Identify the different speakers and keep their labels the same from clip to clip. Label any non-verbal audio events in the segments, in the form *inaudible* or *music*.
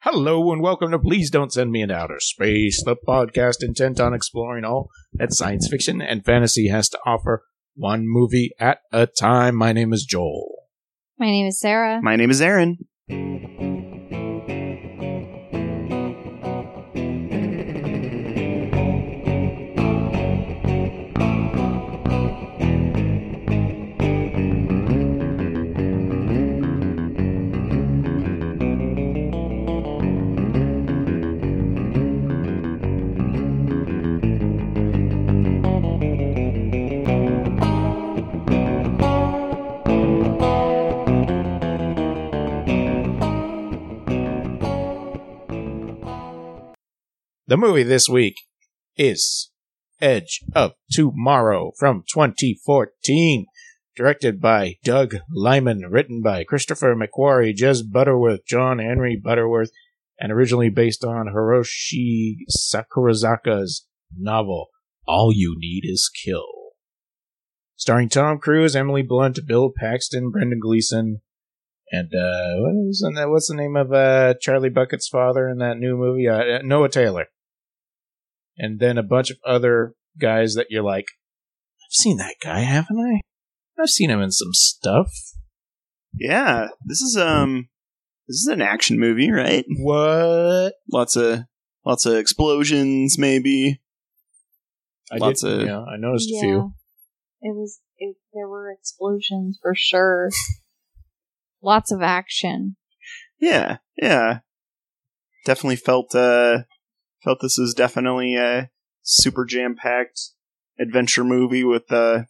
Speaker 1: Hello and welcome to Please Don't Send Me into Outer Space, the podcast intent on exploring all that science fiction and fantasy has to offer, one movie at a time. My name is Joel.
Speaker 2: My name is Sarah.
Speaker 3: My name is Aaron.
Speaker 1: The movie this week is Edge of Tomorrow from 2014, directed by Doug Lyman, written by Christopher McQuarrie, Jez Butterworth, John Henry Butterworth, and originally based on Hiroshi Sakurazaka's novel All You Need Is Kill. Starring Tom Cruise, Emily Blunt, Bill Paxton, Brendan Gleeson, and uh, what was in that? What's the name of uh, Charlie Bucket's father in that new movie? Uh, Noah Taylor. And then a bunch of other guys that you're like, I've seen that guy, haven't I? I've seen him in some stuff.
Speaker 3: Yeah, this is um, this is an action movie, right?
Speaker 1: What?
Speaker 3: Lots of lots of explosions, maybe.
Speaker 1: I
Speaker 3: Lots
Speaker 1: did,
Speaker 3: of-
Speaker 1: yeah, I noticed a few.
Speaker 2: It was. It, there were explosions for sure. Lots of action.
Speaker 3: Yeah, yeah. Definitely felt uh, felt this is definitely a super jam packed adventure movie with uh,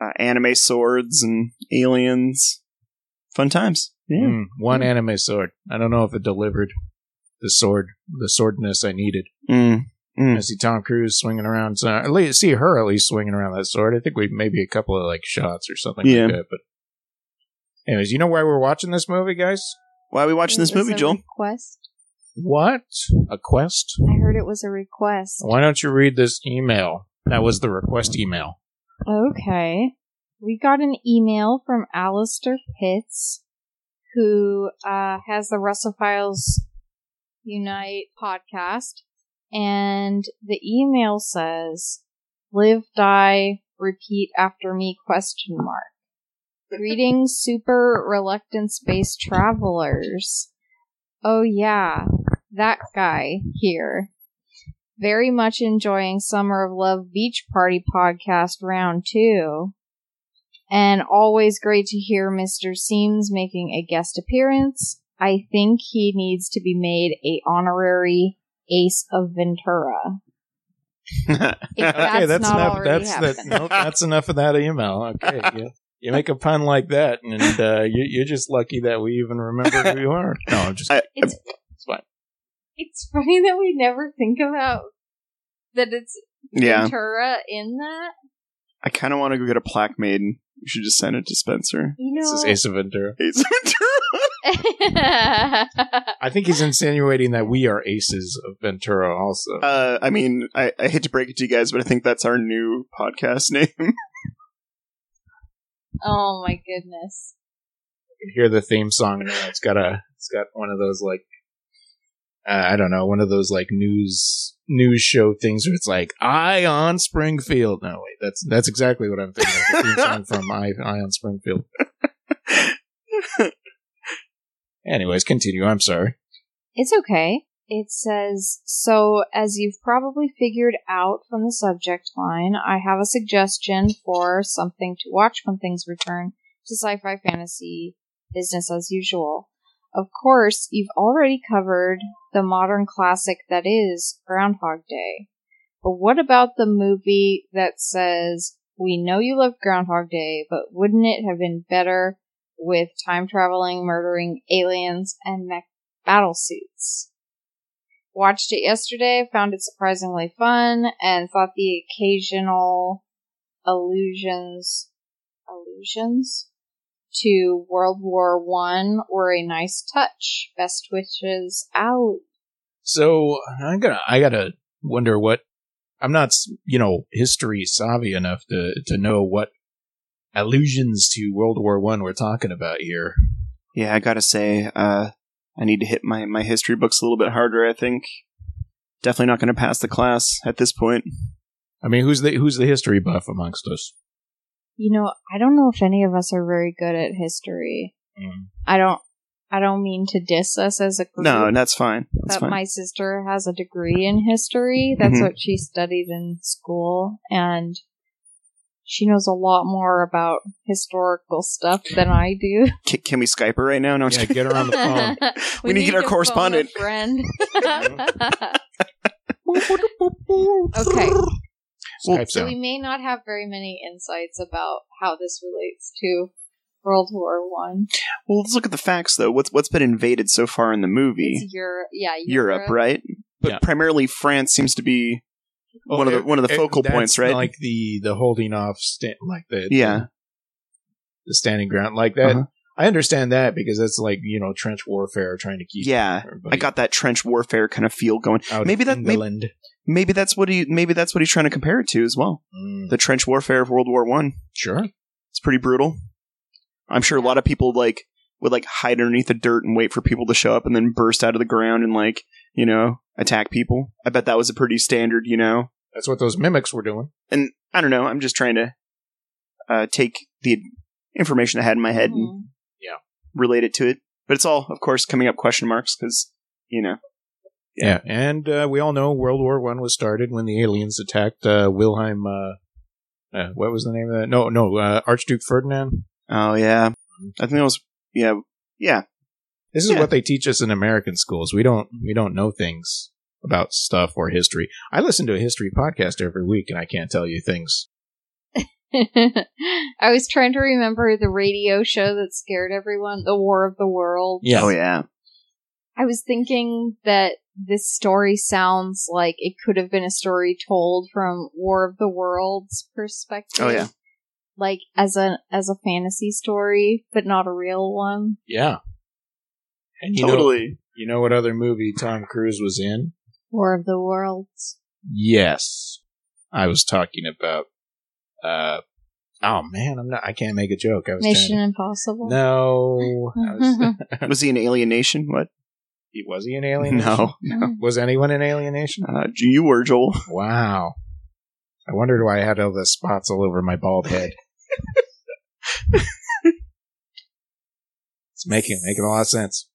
Speaker 3: uh, anime swords and aliens. Fun times. Yeah.
Speaker 1: Mm, one
Speaker 3: Mm.
Speaker 1: anime sword. I don't know if it delivered the sword, the swordness I needed.
Speaker 3: Mm.
Speaker 1: I see Tom Cruise swinging around. So at least see her at least swinging around that sword. I think we maybe a couple of like shots or something
Speaker 3: Yeah.
Speaker 1: like that. But anyways, you know why we're watching this movie, guys?
Speaker 3: Why are we watching
Speaker 2: It
Speaker 3: this
Speaker 2: was
Speaker 3: movie,
Speaker 2: a
Speaker 3: Joel?
Speaker 2: Request.
Speaker 1: What a quest!
Speaker 2: I heard it was a request.
Speaker 1: Why don't you read this email? That was the request email.
Speaker 2: Okay. We got an email from Alistair Pitts, who uh, has the Russophiles Unite podcast. And the email says, live, die, repeat after me, question mark. Greetings, super reluctant space travelers. Oh yeah, that guy here. Very much enjoying Summer of Love Beach Party podcast round two. And always great to hear Mr. Seams making a guest appearance. I think he needs to be made a honorary ace of Ventura. If that's, not already
Speaker 1: that's
Speaker 2: happened.
Speaker 1: the, nope, that's enough of that email. Okay, you, you make a pun like that, and uh, you, you're just lucky that we even remember who you are. No, I'm
Speaker 2: *laughs*
Speaker 1: just
Speaker 3: I-
Speaker 2: It's,
Speaker 1: it's fine.
Speaker 2: *laughs* It's funny that we never think about that it's
Speaker 3: yeah,
Speaker 2: Ventura in that.
Speaker 3: *laughs* I kind of want to go get a plaque made. and We should just send it to Spencer.
Speaker 2: You
Speaker 1: this is
Speaker 2: know,
Speaker 1: Ace of Ventura.
Speaker 3: It's *laughs*
Speaker 2: uh,
Speaker 1: I think he's insinuating that we are aces of Ventura, also.
Speaker 3: Uh, I mean, I, I hate to break it to you guys, but I think that's our new podcast *laughs* name.
Speaker 2: *laughs* oh my goodness.
Speaker 1: can hear the theme song and it's got a it's got one of those like uh, I don't know one of those like news news show things where it's like Eye on Springfield. No wait, that's that's exactly what I'm thinking. Of, the theme song from Eye, Eye on Springfield. Anyways, continue. I'm sorry.
Speaker 2: It's okay. It says, So, as you've probably figured out from the subject line, I have a suggestion for something to watch when things return to sci fi fantasy business as usual. Of course, you've already covered the modern classic that is Groundhog Day. But what about the movie that says, We know you love Groundhog Day, but wouldn't it have been better with time traveling, murdering aliens, and mech battle suits. Watched it yesterday, found it surprisingly fun, and thought the occasional allusions allusions to World War One were a nice touch. Best wishes, Allie.
Speaker 1: So I'm gonna I gotta wonder what I'm not s- you know history savvy enough to to know what allusions to World War One we're talking about here.
Speaker 3: yeah, I gotta say, uh, I need to hit my, my history books a little bit harder, I think. Definitely not going to pass the class at this point.
Speaker 1: I mean, who's the who's the history buff amongst us?
Speaker 2: You know, I don't know if any of us are very good at history.
Speaker 3: Mm.
Speaker 2: I don't. I don't mean to diss us as a group.
Speaker 3: No, that's fine. That's
Speaker 2: but
Speaker 3: fine.
Speaker 2: my sister has a degree in history. That's
Speaker 3: Mhm.
Speaker 2: what she studied in school, and she knows a lot more about historical stuff than I
Speaker 3: *laughs*
Speaker 2: do.
Speaker 3: Ca- can we Skype her right now? No, I'm just
Speaker 1: Yeah, get her on the phone.
Speaker 2: *laughs*
Speaker 3: We need to get our
Speaker 2: phone a
Speaker 3: correspondent.
Speaker 2: friend. *laughs* okay,
Speaker 3: *laughs* Well,
Speaker 1: Skype's
Speaker 2: so
Speaker 1: out.
Speaker 2: we may not have very many insights about how this relates to World War One.
Speaker 3: *laughs* Well, let's look at the facts though. What's what's been invaded so far in the movie?
Speaker 2: It's Europe, yeah,
Speaker 3: Europe, right? But
Speaker 1: Yeah.
Speaker 3: primarily France seems to be one of the one of the
Speaker 1: It-
Speaker 3: focal
Speaker 1: that's
Speaker 3: points, right?
Speaker 1: Like the the holding off, sta- like the
Speaker 3: yeah,
Speaker 1: the standing ground, like that.
Speaker 3: Uh-huh.
Speaker 1: I understand that because that's like you know trench warfare, trying to keep
Speaker 3: yeah.
Speaker 1: everybody
Speaker 3: I got that trench warfare kind of feel going.
Speaker 1: out maybe
Speaker 3: maybe that-
Speaker 1: that
Speaker 3: maybe-
Speaker 1: England.
Speaker 3: Maybe that's what he maybe that's what he's trying to compare it to as well.
Speaker 1: Mm,
Speaker 3: The trench warfare of World War One.
Speaker 1: sure,
Speaker 3: It's pretty brutal. I'm sure a lot of people like would like hide underneath the dirt and wait for people to show up and then burst out of the ground and like you know attack people. I bet that was a pretty standard, you know,
Speaker 1: that's what those mimics were doing.
Speaker 3: and I don't know. I'm just trying to uh, take the information I had in my head
Speaker 2: Mhm.
Speaker 3: and relate it to it. But it's all, of course, coming up question marks because you know.
Speaker 1: Yeah, and uh, we all know World War One was started when the aliens attacked uh, Wilhelm. Uh, uh, what was the name of that? No, no, uh, Archduke Ferdinand.
Speaker 3: Oh yeah, I think that was yeah yeah
Speaker 1: This is
Speaker 3: Yeah.
Speaker 1: what they teach us in American schools. We don't we don't know things about stuff or history. I listen to a history podcast every week, and I can't tell you things.
Speaker 2: *laughs* I was trying to remember the radio show that scared everyone, The War of the World.
Speaker 1: Yeah.
Speaker 3: oh yeah
Speaker 2: I was thinking that this story sounds like it could have been a story told from War of the Worlds perspective.
Speaker 3: Oh, yeah.
Speaker 2: Like as a as a fantasy story, but not a real one.
Speaker 1: Yeah, and you know
Speaker 3: totally.
Speaker 1: you know what other movie Tom Cruise was in?
Speaker 2: War of the Worlds.
Speaker 1: Yes, I was talking about. Uh, oh man, I'm not. I can't make a joke. I was
Speaker 2: Mission
Speaker 1: trying
Speaker 2: Impossible.
Speaker 1: to, no. I
Speaker 2: *laughs*
Speaker 1: was, *laughs*
Speaker 3: was he an alienation? What?
Speaker 1: was he an alien?
Speaker 3: No,
Speaker 1: Was anyone in Alienation?
Speaker 3: uh, you were Joel.
Speaker 1: Wow. I wondered why I had all the spots all over my bald head. it's making making a lot of sense.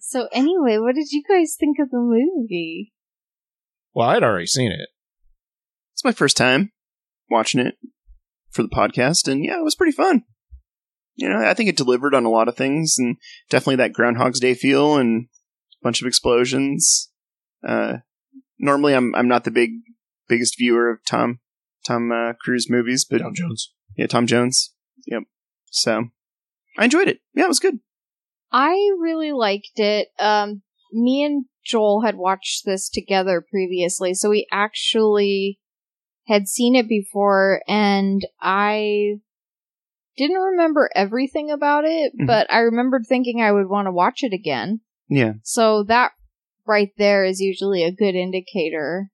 Speaker 2: so anyway, what did you guys think of the movie?
Speaker 1: Well, I'd already seen it.
Speaker 3: It's my first time watching it for the podcast, and yeah, it was pretty fun. You know, I think it delivered on a lot of things, and definitely that Groundhog's Day feel and a bunch of explosions. Uh, normally, I'm I'm not the big biggest viewer of Tom Tom uh, Cruise movies, but
Speaker 1: Dow Jones.
Speaker 3: yeah, Tom Jones. Yep. So I enjoyed it. Yeah, it was good.
Speaker 2: I really liked it. Um, me and Joel had watched this together previously, so we actually had seen it before, and I didn't remember everything about it,
Speaker 3: Mhm.
Speaker 2: but I remembered thinking I would want to watch it again.
Speaker 3: Yeah.
Speaker 2: So that right there is usually a good indicator.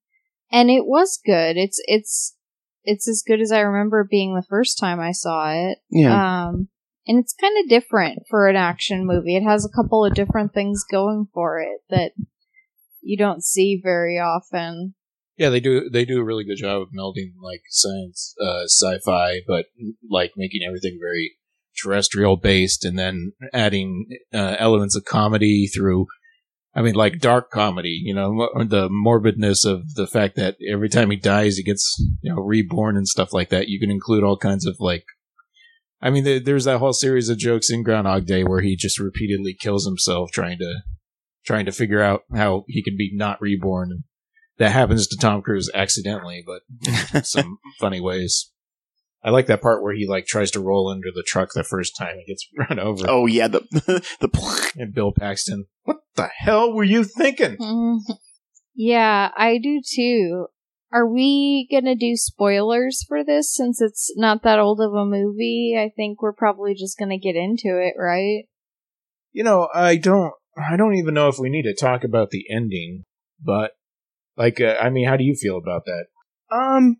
Speaker 2: And it was good. It's it's it's as good as I remember it being the first time I saw it.
Speaker 3: *laughs* Yeah.
Speaker 2: Um, and it's kind of different for an action movie. It has a couple of different things going for it that you don't see very often. *laughs*
Speaker 1: Yeah, they do they do a really good job of melding like science, uh, sci-fi, but like making everything very terrestrial based, and then adding uh, elements of comedy through. I mean, like dark comedy, you know, mo- the morbidness of the fact that every time he dies, he gets you know reborn and stuff like that. You can include all kinds of like. I mean, there, there's that whole series of jokes in Groundhog Day where he just repeatedly kills himself trying to trying to figure out how he can be not reborn and that happens to Tom Cruise accidentally, but
Speaker 3: *laughs*
Speaker 1: in some funny ways. I like that part where he like tries to roll under the truck the first time and gets *laughs* run over.
Speaker 3: oh yeah. The *laughs* the
Speaker 1: And Bill Paxton, what the hell were you thinking?
Speaker 2: Hmm. yeah, I do too. Are we going to do spoilers for this since it's not that old of a movie? I think we're probably just going to get into it, right?
Speaker 1: You know, I don't, I don't even know if we need to talk about the ending, but like, uh, I mean, how do you feel about that?
Speaker 3: Um,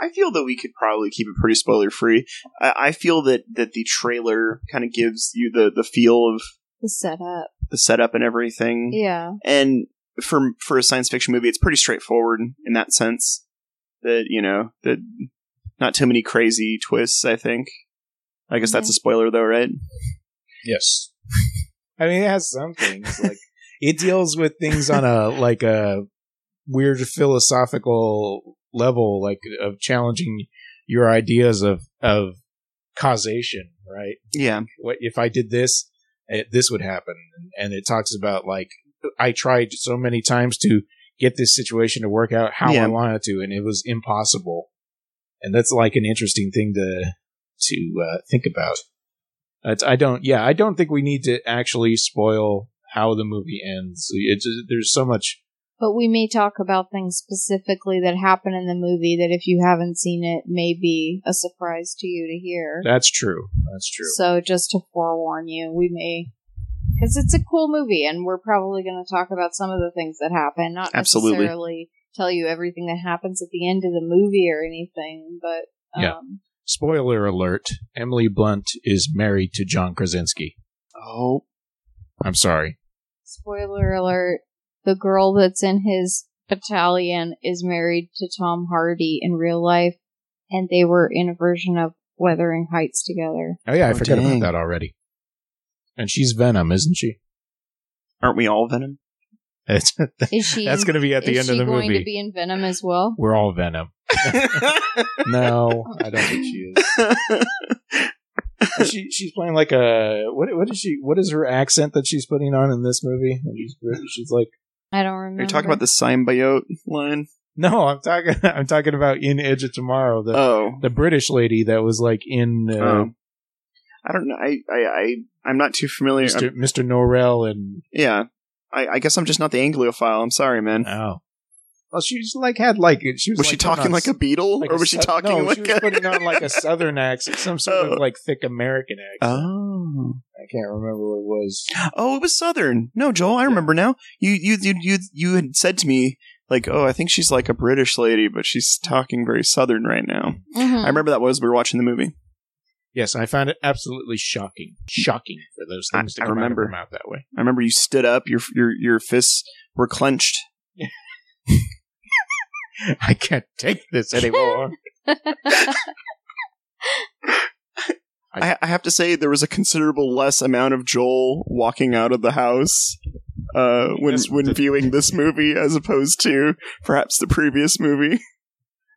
Speaker 3: I feel that we could probably keep it pretty spoiler free. I, I feel that that the trailer kind of gives you the the feel of
Speaker 2: The setup.
Speaker 3: the setup and everything.
Speaker 2: Yeah.
Speaker 3: And for for a science fiction movie, it's pretty straightforward in that sense. That you know, that not too many crazy twists. I think. I guess that's a spoiler, though, right?
Speaker 1: Yes. I mean, it has some things like it deals with things on a like a weird philosophical level, like of challenging your ideas of of causation, right?
Speaker 3: Yeah,
Speaker 1: What if I did this, it, this would happen, and, and it talks about like I tried so many times to get this situation to work out how
Speaker 3: Yeah.
Speaker 1: I wanted to, and it was impossible. And that's like an interesting thing to to uh, think about. It's, I don't. Yeah, I don't think we need to actually spoil how the movie ends. It's, there's so much.
Speaker 2: But we may talk about things specifically that happen in the movie that if you haven't seen it may be a surprise to you to hear.
Speaker 1: That's true. That's true.
Speaker 2: So just to forewarn you, we may because it's a cool movie, and we're probably going to talk about some of the things that happen. Not
Speaker 3: Absolutely.
Speaker 2: necessarily tell you everything that happens at the end of the movie or anything, but um,
Speaker 1: Yeah. Spoiler alert: Emily Blunt is married to John Krasinski.
Speaker 3: Oh,
Speaker 1: I'm sorry.
Speaker 2: spoiler alert: the girl that's in his battalion is married to Tom Hardy in real life, and they were in a version of Wuthering Heights together.
Speaker 1: Oh yeah, I
Speaker 3: Oh,
Speaker 1: forgot
Speaker 3: dang.
Speaker 1: about that already. And she's Venom, isn't she?
Speaker 3: aren't we all Venom?
Speaker 1: *laughs*
Speaker 3: *laughs*
Speaker 1: That's,
Speaker 2: Is she?
Speaker 1: that's going to be at the end
Speaker 2: is
Speaker 1: of
Speaker 2: she
Speaker 1: the
Speaker 2: going
Speaker 1: movie.
Speaker 2: to be in Venom as well?
Speaker 1: We're all Venom. No, I don't think she is. And she she's playing like a what? What is she? What is her accent that she's putting on in this movie? And She's, she's like,
Speaker 2: I don't
Speaker 3: Are
Speaker 2: remember.
Speaker 3: you talking about the symbiote line?
Speaker 1: no, I'm talking. *laughs* I'm talking about in Edge of Tomorrow, the
Speaker 3: Oh,
Speaker 1: the British lady that was like in uh,
Speaker 3: Um, I don't know. I, I, I, I'm not too familiar. I'm-
Speaker 1: Mr. Mr. Norrell and
Speaker 3: yeah. I, I guess I'm just not the Anglophile. I'm sorry, man.
Speaker 1: oh, well, she's like had like she was,
Speaker 3: was
Speaker 1: like,
Speaker 3: she
Speaker 1: putting
Speaker 3: talking
Speaker 1: on
Speaker 3: like a beetle,
Speaker 1: like
Speaker 3: or
Speaker 1: a
Speaker 3: was she
Speaker 1: sou-
Speaker 3: talking
Speaker 1: no,
Speaker 3: like
Speaker 1: she was
Speaker 3: a?
Speaker 1: putting on
Speaker 3: *laughs*
Speaker 1: like a southern accent, some sort
Speaker 3: Oh.
Speaker 1: of like thick American accent.
Speaker 3: oh,
Speaker 1: I can't remember what it was.
Speaker 3: oh, it was Southern. No, Joel, I remember now. You, you, you, you, you had said to me like, "Oh, I think she's like a British lady, but she's talking very Southern right now."
Speaker 2: Mm-hmm. Hmm.
Speaker 3: I remember that was we were watching the movie.
Speaker 1: Yes, I found it absolutely shocking, shocking for those
Speaker 3: I-
Speaker 1: things
Speaker 3: I
Speaker 1: to come
Speaker 3: remember.
Speaker 1: out of her mouth that way. *laughs*
Speaker 3: I remember you stood up, your your your fists were clenched.
Speaker 1: I can't take
Speaker 3: *laughs*
Speaker 1: this anymore.
Speaker 3: I, I have to say there was a considerable less amount of Joel walking out of the house uh, when
Speaker 1: Yes,
Speaker 3: when
Speaker 1: the-
Speaker 3: viewing this movie as opposed to perhaps the previous movie. *laughs*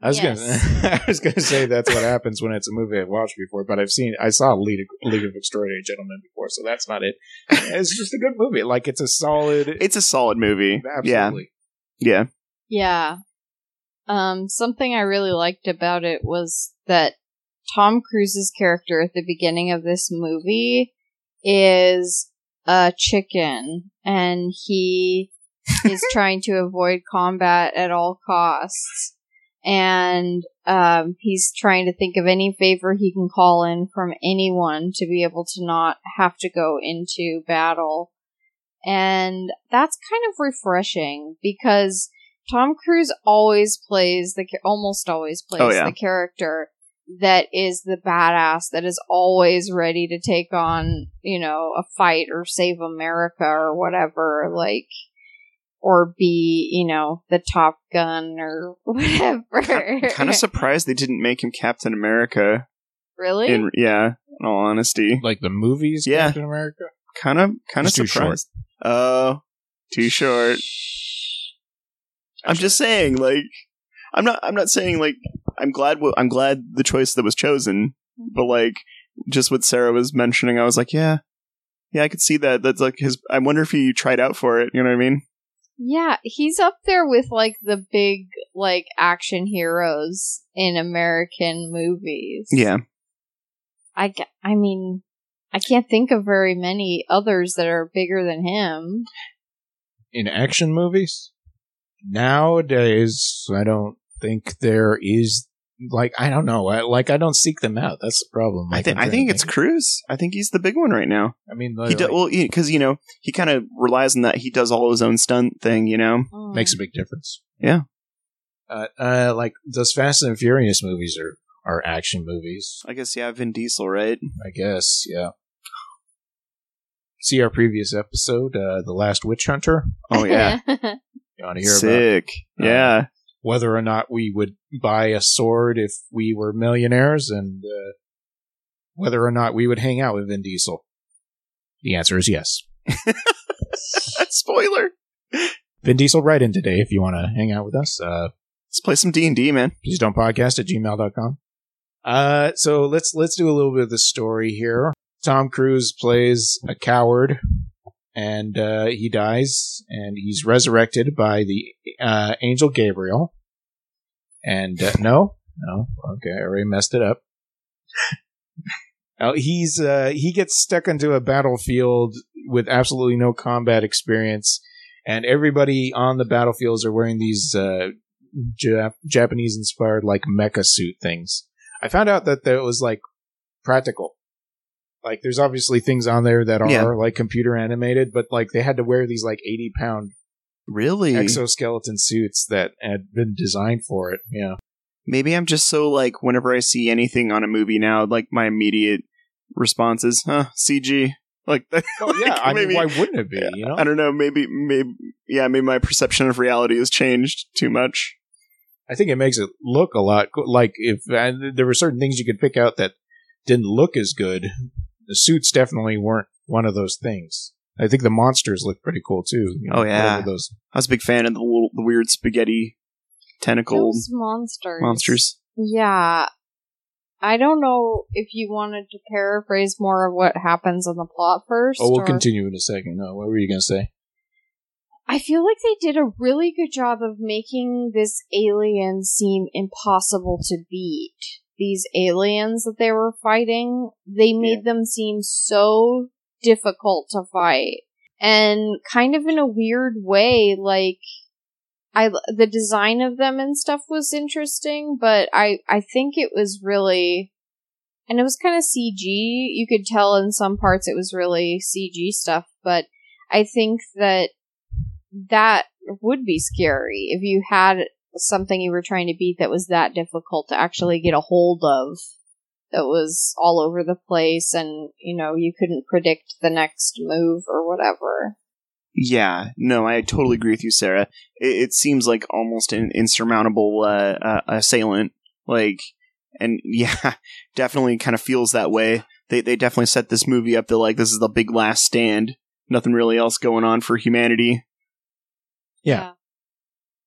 Speaker 1: I was
Speaker 2: Yes.
Speaker 1: gonna, *laughs* I was gonna say that's what happens when it's a movie I've watched before, but I've seen, I saw League of, League of Extraordinary Gentlemen before, so that's not it. It's just a good movie. Like it's a solid,
Speaker 3: It's a solid movie. Yeah,
Speaker 1: absolutely.
Speaker 3: yeah.
Speaker 2: Yeah. Um, something I really liked about it was that Tom Cruise's character at the beginning of this movie is a chicken and he is trying to avoid combat at all costs. And um, he's trying to think of any favor he can call in from anyone to be able to not have to go into battle. And that's kind of refreshing because Tom Cruise always plays the cha- almost always plays
Speaker 3: Oh, yeah.
Speaker 2: the character that is the badass that is always ready to take on, you know, a fight or save America or whatever, like or be, you know, the top gun or *laughs* whatever.
Speaker 3: I'm kind of surprised they didn't make him Captain America.
Speaker 2: really?
Speaker 3: In yeah, in all honesty,
Speaker 1: Like the movies,
Speaker 3: Yeah.
Speaker 1: Captain America.
Speaker 3: kind of kind of
Speaker 1: It's too short.
Speaker 3: surprised. Oh, too short. I'm just saying, like, I'm not. I'm not saying like I'm glad. wha- I'm glad the choice that was chosen, but like, just what Sarah was mentioning, I was like, yeah, yeah, I could see that. That's like his. I wonder if he tried out for it. You know what I mean?
Speaker 2: Yeah, he's up there with like the big like action heroes in American movies.
Speaker 3: Yeah,
Speaker 2: I ca- I mean, I can't think of very many others that are bigger than him.
Speaker 1: in action movies nowadays i don't think there is like i don't know I, like i don't seek them out that's the problem
Speaker 3: I
Speaker 1: Like,
Speaker 3: think.
Speaker 1: I'm
Speaker 3: I think
Speaker 1: trying
Speaker 3: it's
Speaker 1: to
Speaker 3: Cruz. I think he's the big one right now.
Speaker 1: i mean
Speaker 3: He
Speaker 1: like,
Speaker 3: do, well, because you know he kind of relies on that. He does all his own stunt thing. You know.
Speaker 2: Mm.
Speaker 1: makes a big difference
Speaker 3: Yeah.
Speaker 1: uh, uh like those fast and furious movies are are action movies
Speaker 3: I guess yeah, Vin Diesel, right?
Speaker 1: i guess yeah see our previous episode, uh, The Last Witch Hunter.
Speaker 3: *laughs*
Speaker 2: *laughs*
Speaker 3: Oh yeah,
Speaker 1: You want to hear about
Speaker 3: sick.
Speaker 1: uh,
Speaker 3: yeah,
Speaker 1: whether or not we would buy a sword if we were millionaires and uh, whether or not we would hang out with Vin Diesel. The answer is yes.
Speaker 3: Uh. *laughs* spoiler.
Speaker 1: Vin Diesel, write in today if you want to hang out with us. Uh,
Speaker 3: Let's play some D and D, man.
Speaker 1: please don't podcast at gmail.com. Uh, so let's let's do a little bit of the story here. Tom Cruise plays a coward, and uh, he dies, and he's resurrected by the uh, angel Gabriel. And uh, no, no, okay, I already messed it up. Oh, he's uh, he gets stuck into a battlefield with absolutely no combat experience, and everybody on the battlefields are wearing these uh, Jap- Japanese inspired like mecha suit things. I found out that that was like practical. Like there's obviously things on there that are
Speaker 3: Yeah.
Speaker 1: like computer animated, but like they had to wear these like 80 pound
Speaker 3: Really?
Speaker 1: exoskeleton suits that had been designed for it. Yeah.
Speaker 3: Maybe I'm just so like whenever I see anything on a movie now, like my immediate response is, "Huh, CG." Like, *laughs* that,
Speaker 1: Well, Oh, yeah. I mean,
Speaker 3: maybe-
Speaker 1: why wouldn't it be? You know,
Speaker 3: I don't know. Maybe, maybe, yeah, maybe my perception of reality has changed too much.
Speaker 1: I think it makes it look a lot co- like if and there were certain things you could pick out that didn't look as good. The suits definitely weren't one of those things. I think the monsters look pretty cool too. you
Speaker 3: Oh, yeah.
Speaker 1: whatever those
Speaker 3: I was a big fan of the little, the weird spaghetti tentacle
Speaker 2: Those monsters.
Speaker 3: monsters.
Speaker 2: Yeah. I don't know if you wanted to paraphrase more of what happens on the plot first.
Speaker 1: Oh, we'll
Speaker 2: or-
Speaker 1: continue in a second. No, what were you gonna say?
Speaker 2: I feel like they did a really good job of making this alien seem impossible to beat. These aliens that they were fighting, they made them seem so difficult to fight. And kind of in a weird way, like, I, the design of them and stuff was interesting, but I, I think it was really, and it was kind of CG. You could tell in some parts it was really CG stuff, but I think that that would be scary if you had something you were trying to beat that was that difficult to actually get a hold of that was all over the place and you know you couldn't predict the next move or whatever
Speaker 3: Yeah, no, I totally agree with you, Sarah. It, it seems like almost an insurmountable uh, uh, assailant. Like, and *laughs* yeah, definitely kind of feels that way. They they definitely set this movie up to like this is the big last stand. Nothing really else going on for humanity.
Speaker 1: Yeah.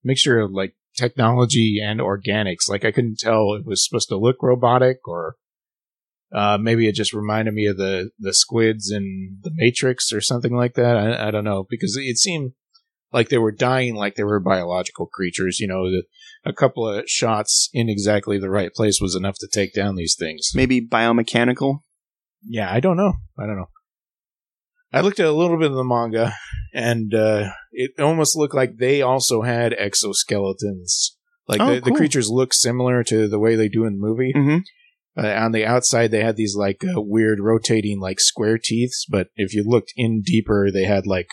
Speaker 1: Mixture of like technology and organics. Like I couldn't tell it was supposed to look robotic or uh, maybe it just reminded me of the the squids in the Matrix or something like that. I, I don't know because it seemed like they were dying like they were biological creatures. You know, the, a couple of shots in exactly the right place was enough to take down these things.
Speaker 3: Maybe biomechanical.
Speaker 1: yeah, I don't know. I don't know. I looked at a little bit of the manga, and uh, it almost looked like they also had exoskeletons. Like the,
Speaker 3: Oh,
Speaker 1: the
Speaker 3: cool.
Speaker 1: creatures look similar to the way they do in the movie.
Speaker 3: Mhm.
Speaker 1: Uh, on the outside, they had these like uh, weird rotating like square teeth, but if you looked in deeper, they had like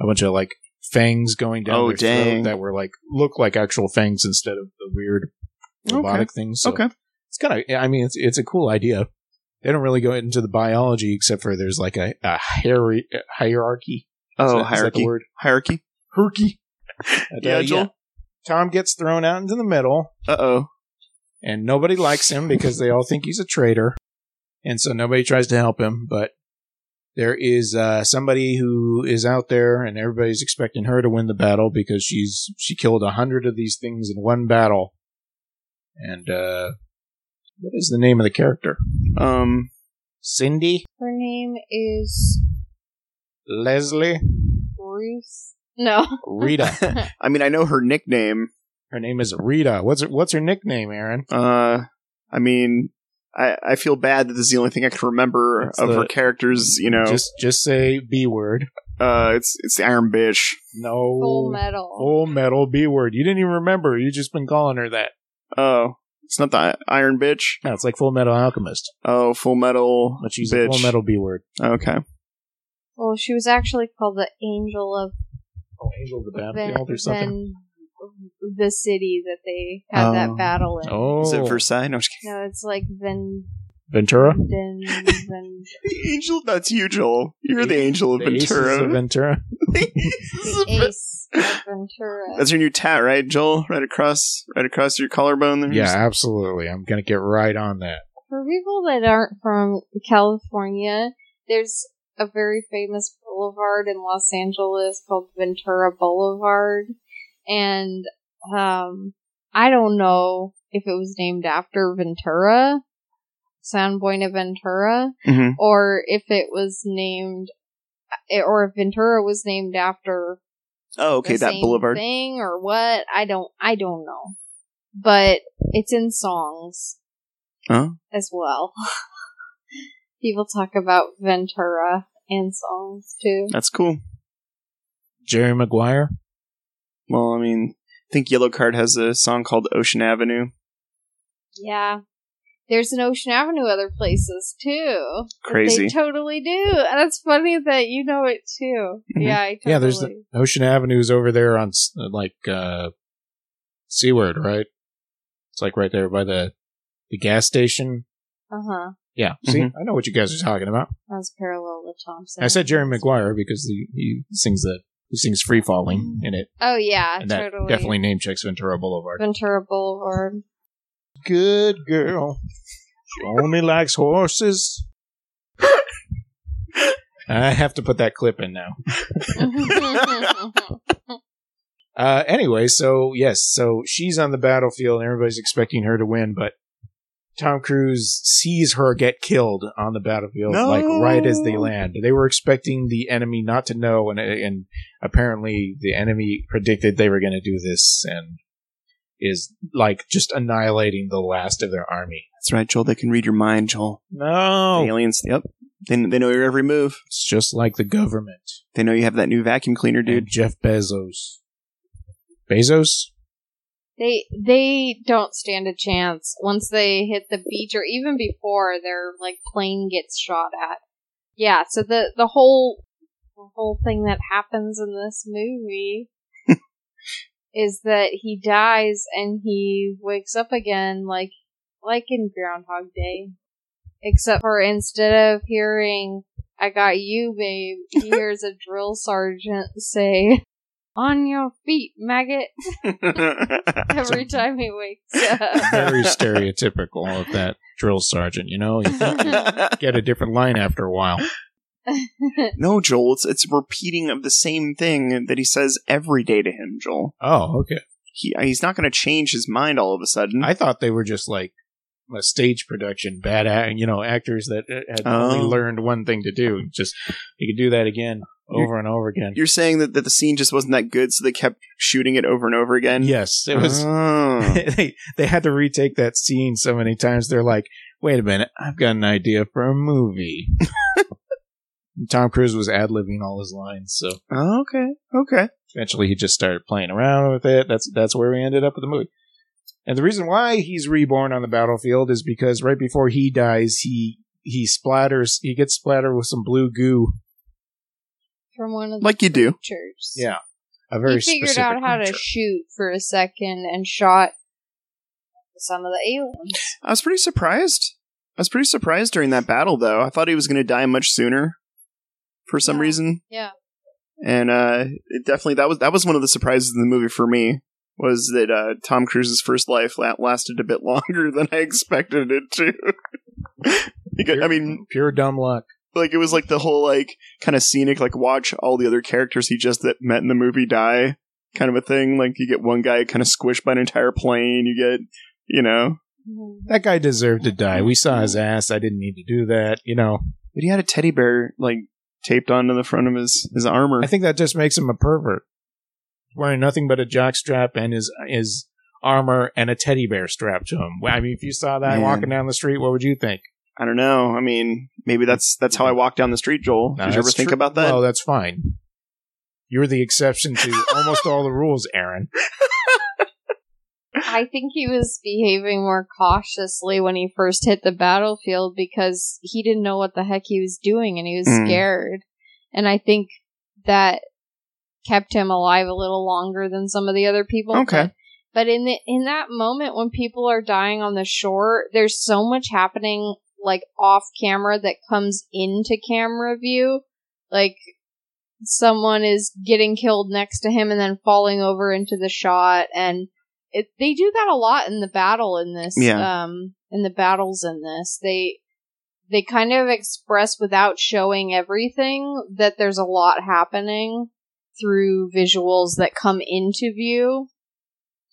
Speaker 1: a bunch of like fangs going down
Speaker 3: Oh,
Speaker 1: their throat
Speaker 3: dang.
Speaker 1: that were like look like actual fangs instead of the weird
Speaker 3: Okay.
Speaker 1: robotic things. So
Speaker 3: Okay.
Speaker 1: it's kind of i mean it's it's a cool idea they don't really go into the biology except for there's like a, a hierarchy hierarchy Is that-
Speaker 3: Oh,
Speaker 1: is that
Speaker 3: hierarchy.
Speaker 1: the word
Speaker 3: Hierarchy. *laughs*
Speaker 1: hierarchy
Speaker 3: Yeah, Joel?
Speaker 1: tom gets thrown out into the middle
Speaker 3: Uh oh.
Speaker 1: and nobody likes him because they all think he's a traitor and so nobody tries to help him but there is uh, somebody who is out there and everybody's expecting her to win the battle because she's she killed a hundred of these things in one battle and uh what is the name of the character
Speaker 3: Um.
Speaker 1: cindy
Speaker 2: her name is
Speaker 1: Leslie
Speaker 2: ruth no
Speaker 1: Rita.
Speaker 3: I mean, I know her nickname.
Speaker 1: Her name is Rita. What's her, what's her nickname, Aaron?
Speaker 3: Uh, I mean, I, I feel bad that this is the only thing I can remember
Speaker 1: It's
Speaker 3: of
Speaker 1: the-
Speaker 3: her characters. You know,
Speaker 1: Just just say B word.
Speaker 3: uh, it's it's the Iron Bitch.
Speaker 1: No.
Speaker 2: *laughs* full metal
Speaker 1: Full metal B word. You didn't even remember. You just been calling her that.
Speaker 3: Oh, it's not the I- Iron Bitch.
Speaker 1: No, it's like Full Metal Alchemist,
Speaker 3: Oh, Full Metal
Speaker 1: but she's
Speaker 3: Bitch.
Speaker 1: a Full Metal B word.
Speaker 3: Okay,
Speaker 2: well she was actually called the angel of
Speaker 1: Oh, Angel of the
Speaker 2: Ven-
Speaker 1: Battlefield or something.
Speaker 2: Ven- the city that they had
Speaker 3: Oh.
Speaker 2: that battle in
Speaker 1: oh,
Speaker 3: is it Versailles? No, I'm just kidding.
Speaker 2: no it's like Ven-
Speaker 1: Ventura?
Speaker 2: Then, then
Speaker 3: The angel. That's you, Joel. You're the angel of
Speaker 1: The Aces of
Speaker 3: *laughs* Ventura.
Speaker 1: Ventura.
Speaker 2: the ace of Ventura.
Speaker 3: That's your new tat, right, Joel? Right across, right across your collarbone. There.
Speaker 1: Yeah, absolutely. I'm gonna get right on that.
Speaker 2: For people that aren't from California, there's a very famous boulevard in Los Angeles called Ventura Boulevard. And um, I don't know if it was named after Ventura, San Buenaventura,
Speaker 3: hmm
Speaker 2: or if it was named, or if Ventura was named after
Speaker 3: Oh, okay.
Speaker 2: the
Speaker 3: That
Speaker 2: same
Speaker 3: boulevard.
Speaker 2: thing or what i don't i don't know but it's in songs
Speaker 3: Huh?
Speaker 2: as well *laughs* people talk about ventura in songs too
Speaker 3: That's cool.
Speaker 1: Jerry Maguire.
Speaker 3: Well, I mean, I think Yellow Card has a song called Ocean Avenue.
Speaker 2: yeah there's an ocean avenue other places too
Speaker 3: Crazy.
Speaker 2: they totally do and it's funny that you know it too
Speaker 3: Mhm.
Speaker 2: yeah I totally.
Speaker 1: Yeah, there's the- Ocean Avenue's over there on s- like uh Seaward, right? It's like right there by the the gas station.
Speaker 2: uh-huh
Speaker 1: Yeah. See,
Speaker 3: Mm-hmm.
Speaker 1: I know what you guys are talking about.
Speaker 2: that was parallel to thompson
Speaker 1: I said Jerry Maguire because he, he sings that he sings Free Falling in it.
Speaker 2: oh yeah
Speaker 1: And that
Speaker 2: totally
Speaker 1: definitely name checks Ventura Boulevard.
Speaker 2: ventura boulevard
Speaker 1: *laughs*
Speaker 2: *laughs*
Speaker 1: Good girl. She only likes horses. I have to put that clip in now. Uh, anyway, so yes, so she's on the battlefield and everybody's expecting her to win, but Tom Cruise sees her get killed on the battlefield,
Speaker 3: No.
Speaker 1: like right as they land. They were expecting the enemy not to know, and and apparently the enemy predicted they were going to do this, and is like just annihilating the last of their army.
Speaker 3: That's right, Joel. They can read your mind, Joel. The
Speaker 1: No,
Speaker 3: aliens. Yep. They, they know your every move.
Speaker 1: it's just like the government,
Speaker 3: They know you have that new vacuum cleaner,
Speaker 1: dude.
Speaker 3: dude.
Speaker 1: Jeff Bezos. Bezos.
Speaker 2: They they don't stand a chance once they hit the beach or even before their like plane gets shot at. Yeah, so the the whole the whole thing that happens in this movie is that he dies and he wakes up again like like in Groundhog Day. Except for instead of hearing I got you, babe, he hears a drill sergeant say on your feet, maggot
Speaker 1: *laughs*
Speaker 2: *laughs* every time he wakes up.
Speaker 1: very
Speaker 3: *laughs*
Speaker 1: stereotypical of that drill sergeant. You know, you get a different line after a while.
Speaker 3: no, Joel. It's it's repeating of the same thing that he says every day to him, Joel.
Speaker 1: Oh, okay.
Speaker 3: He he's not going to change his mind all of a sudden.
Speaker 1: I thought they were just like a stage production, bad, act, you know, actors that uh, had only
Speaker 3: Oh.
Speaker 1: learned one thing to do. Just you could do that again over and over again.
Speaker 3: You're saying that, that the scene just wasn't that good, so they kept shooting it over and over again.
Speaker 1: Yes, it was.
Speaker 3: Oh.
Speaker 1: *laughs* they they had to retake that scene so many times. They're like, wait a minute, I've got an idea for a
Speaker 3: *laughs*
Speaker 1: movie. And Tom Cruise was ad libbing all his lines, so
Speaker 3: Oh, okay. Okay.
Speaker 1: eventually he just started playing around with it. That's that's where we ended up with the movie. And the reason why he's reborn on the battlefield is because right before he dies, he he splatters he gets splattered with some blue goo.
Speaker 2: From one of the
Speaker 3: Like you do.
Speaker 2: pictures.
Speaker 1: Yeah. A very
Speaker 2: He figured
Speaker 1: specific
Speaker 2: out how to
Speaker 1: creature.
Speaker 2: shoot for a second and shot some of the aliens.
Speaker 3: I was pretty surprised. I was pretty surprised during that battle, though. I thought he was going to die much sooner for some
Speaker 2: Yeah.
Speaker 3: reason.
Speaker 2: Yeah.
Speaker 3: And uh, it definitely that was that was one of the surprises in the movie for me was that uh, Tom Cruise's first life la- lasted a bit *laughs* longer than I expected it to. *laughs* Because, I mean,
Speaker 1: pure dumb luck.
Speaker 3: like it was like the whole like kind of scenic like watch all the other characters he just that met in the movie die kind of a thing. Like you get one guy kind of squished by an entire plane. You get you know,
Speaker 1: That guy deserved to die. We saw his ass. I didn't need to do that. You know,
Speaker 3: but he had a teddy bear like taped onto the front of his his armor.
Speaker 1: I think that just makes him a pervert. Wearing nothing but a jockstrap and his his armor and a teddy bear strapped to him. I mean, if you saw that
Speaker 3: Man.
Speaker 1: walking down the street, what would you think?
Speaker 3: I don't know. I mean, maybe that's that's how I walk down the street, Joel.
Speaker 1: No,
Speaker 3: Did you ever
Speaker 1: that's
Speaker 3: think
Speaker 1: true.
Speaker 3: about that?
Speaker 1: Well, that's fine. You're the exception to almost all the rules, Aaron.
Speaker 2: I think he was behaving more cautiously when he first hit the battlefield because he didn't know what the heck he was doing and he was
Speaker 3: Mm.
Speaker 2: scared. And I think that kept him alive a little longer than some of the other people.
Speaker 3: Okay.
Speaker 2: But, but in the in that moment when people are dying on the shore, there's so much happening like off camera that comes into camera view. Like someone is getting killed next to him and then falling over into the shot and it, they do that a lot in the battle in this
Speaker 3: Yeah.
Speaker 2: um in the battles in this they they kind of express without showing everything that there's a lot happening through visuals that come into view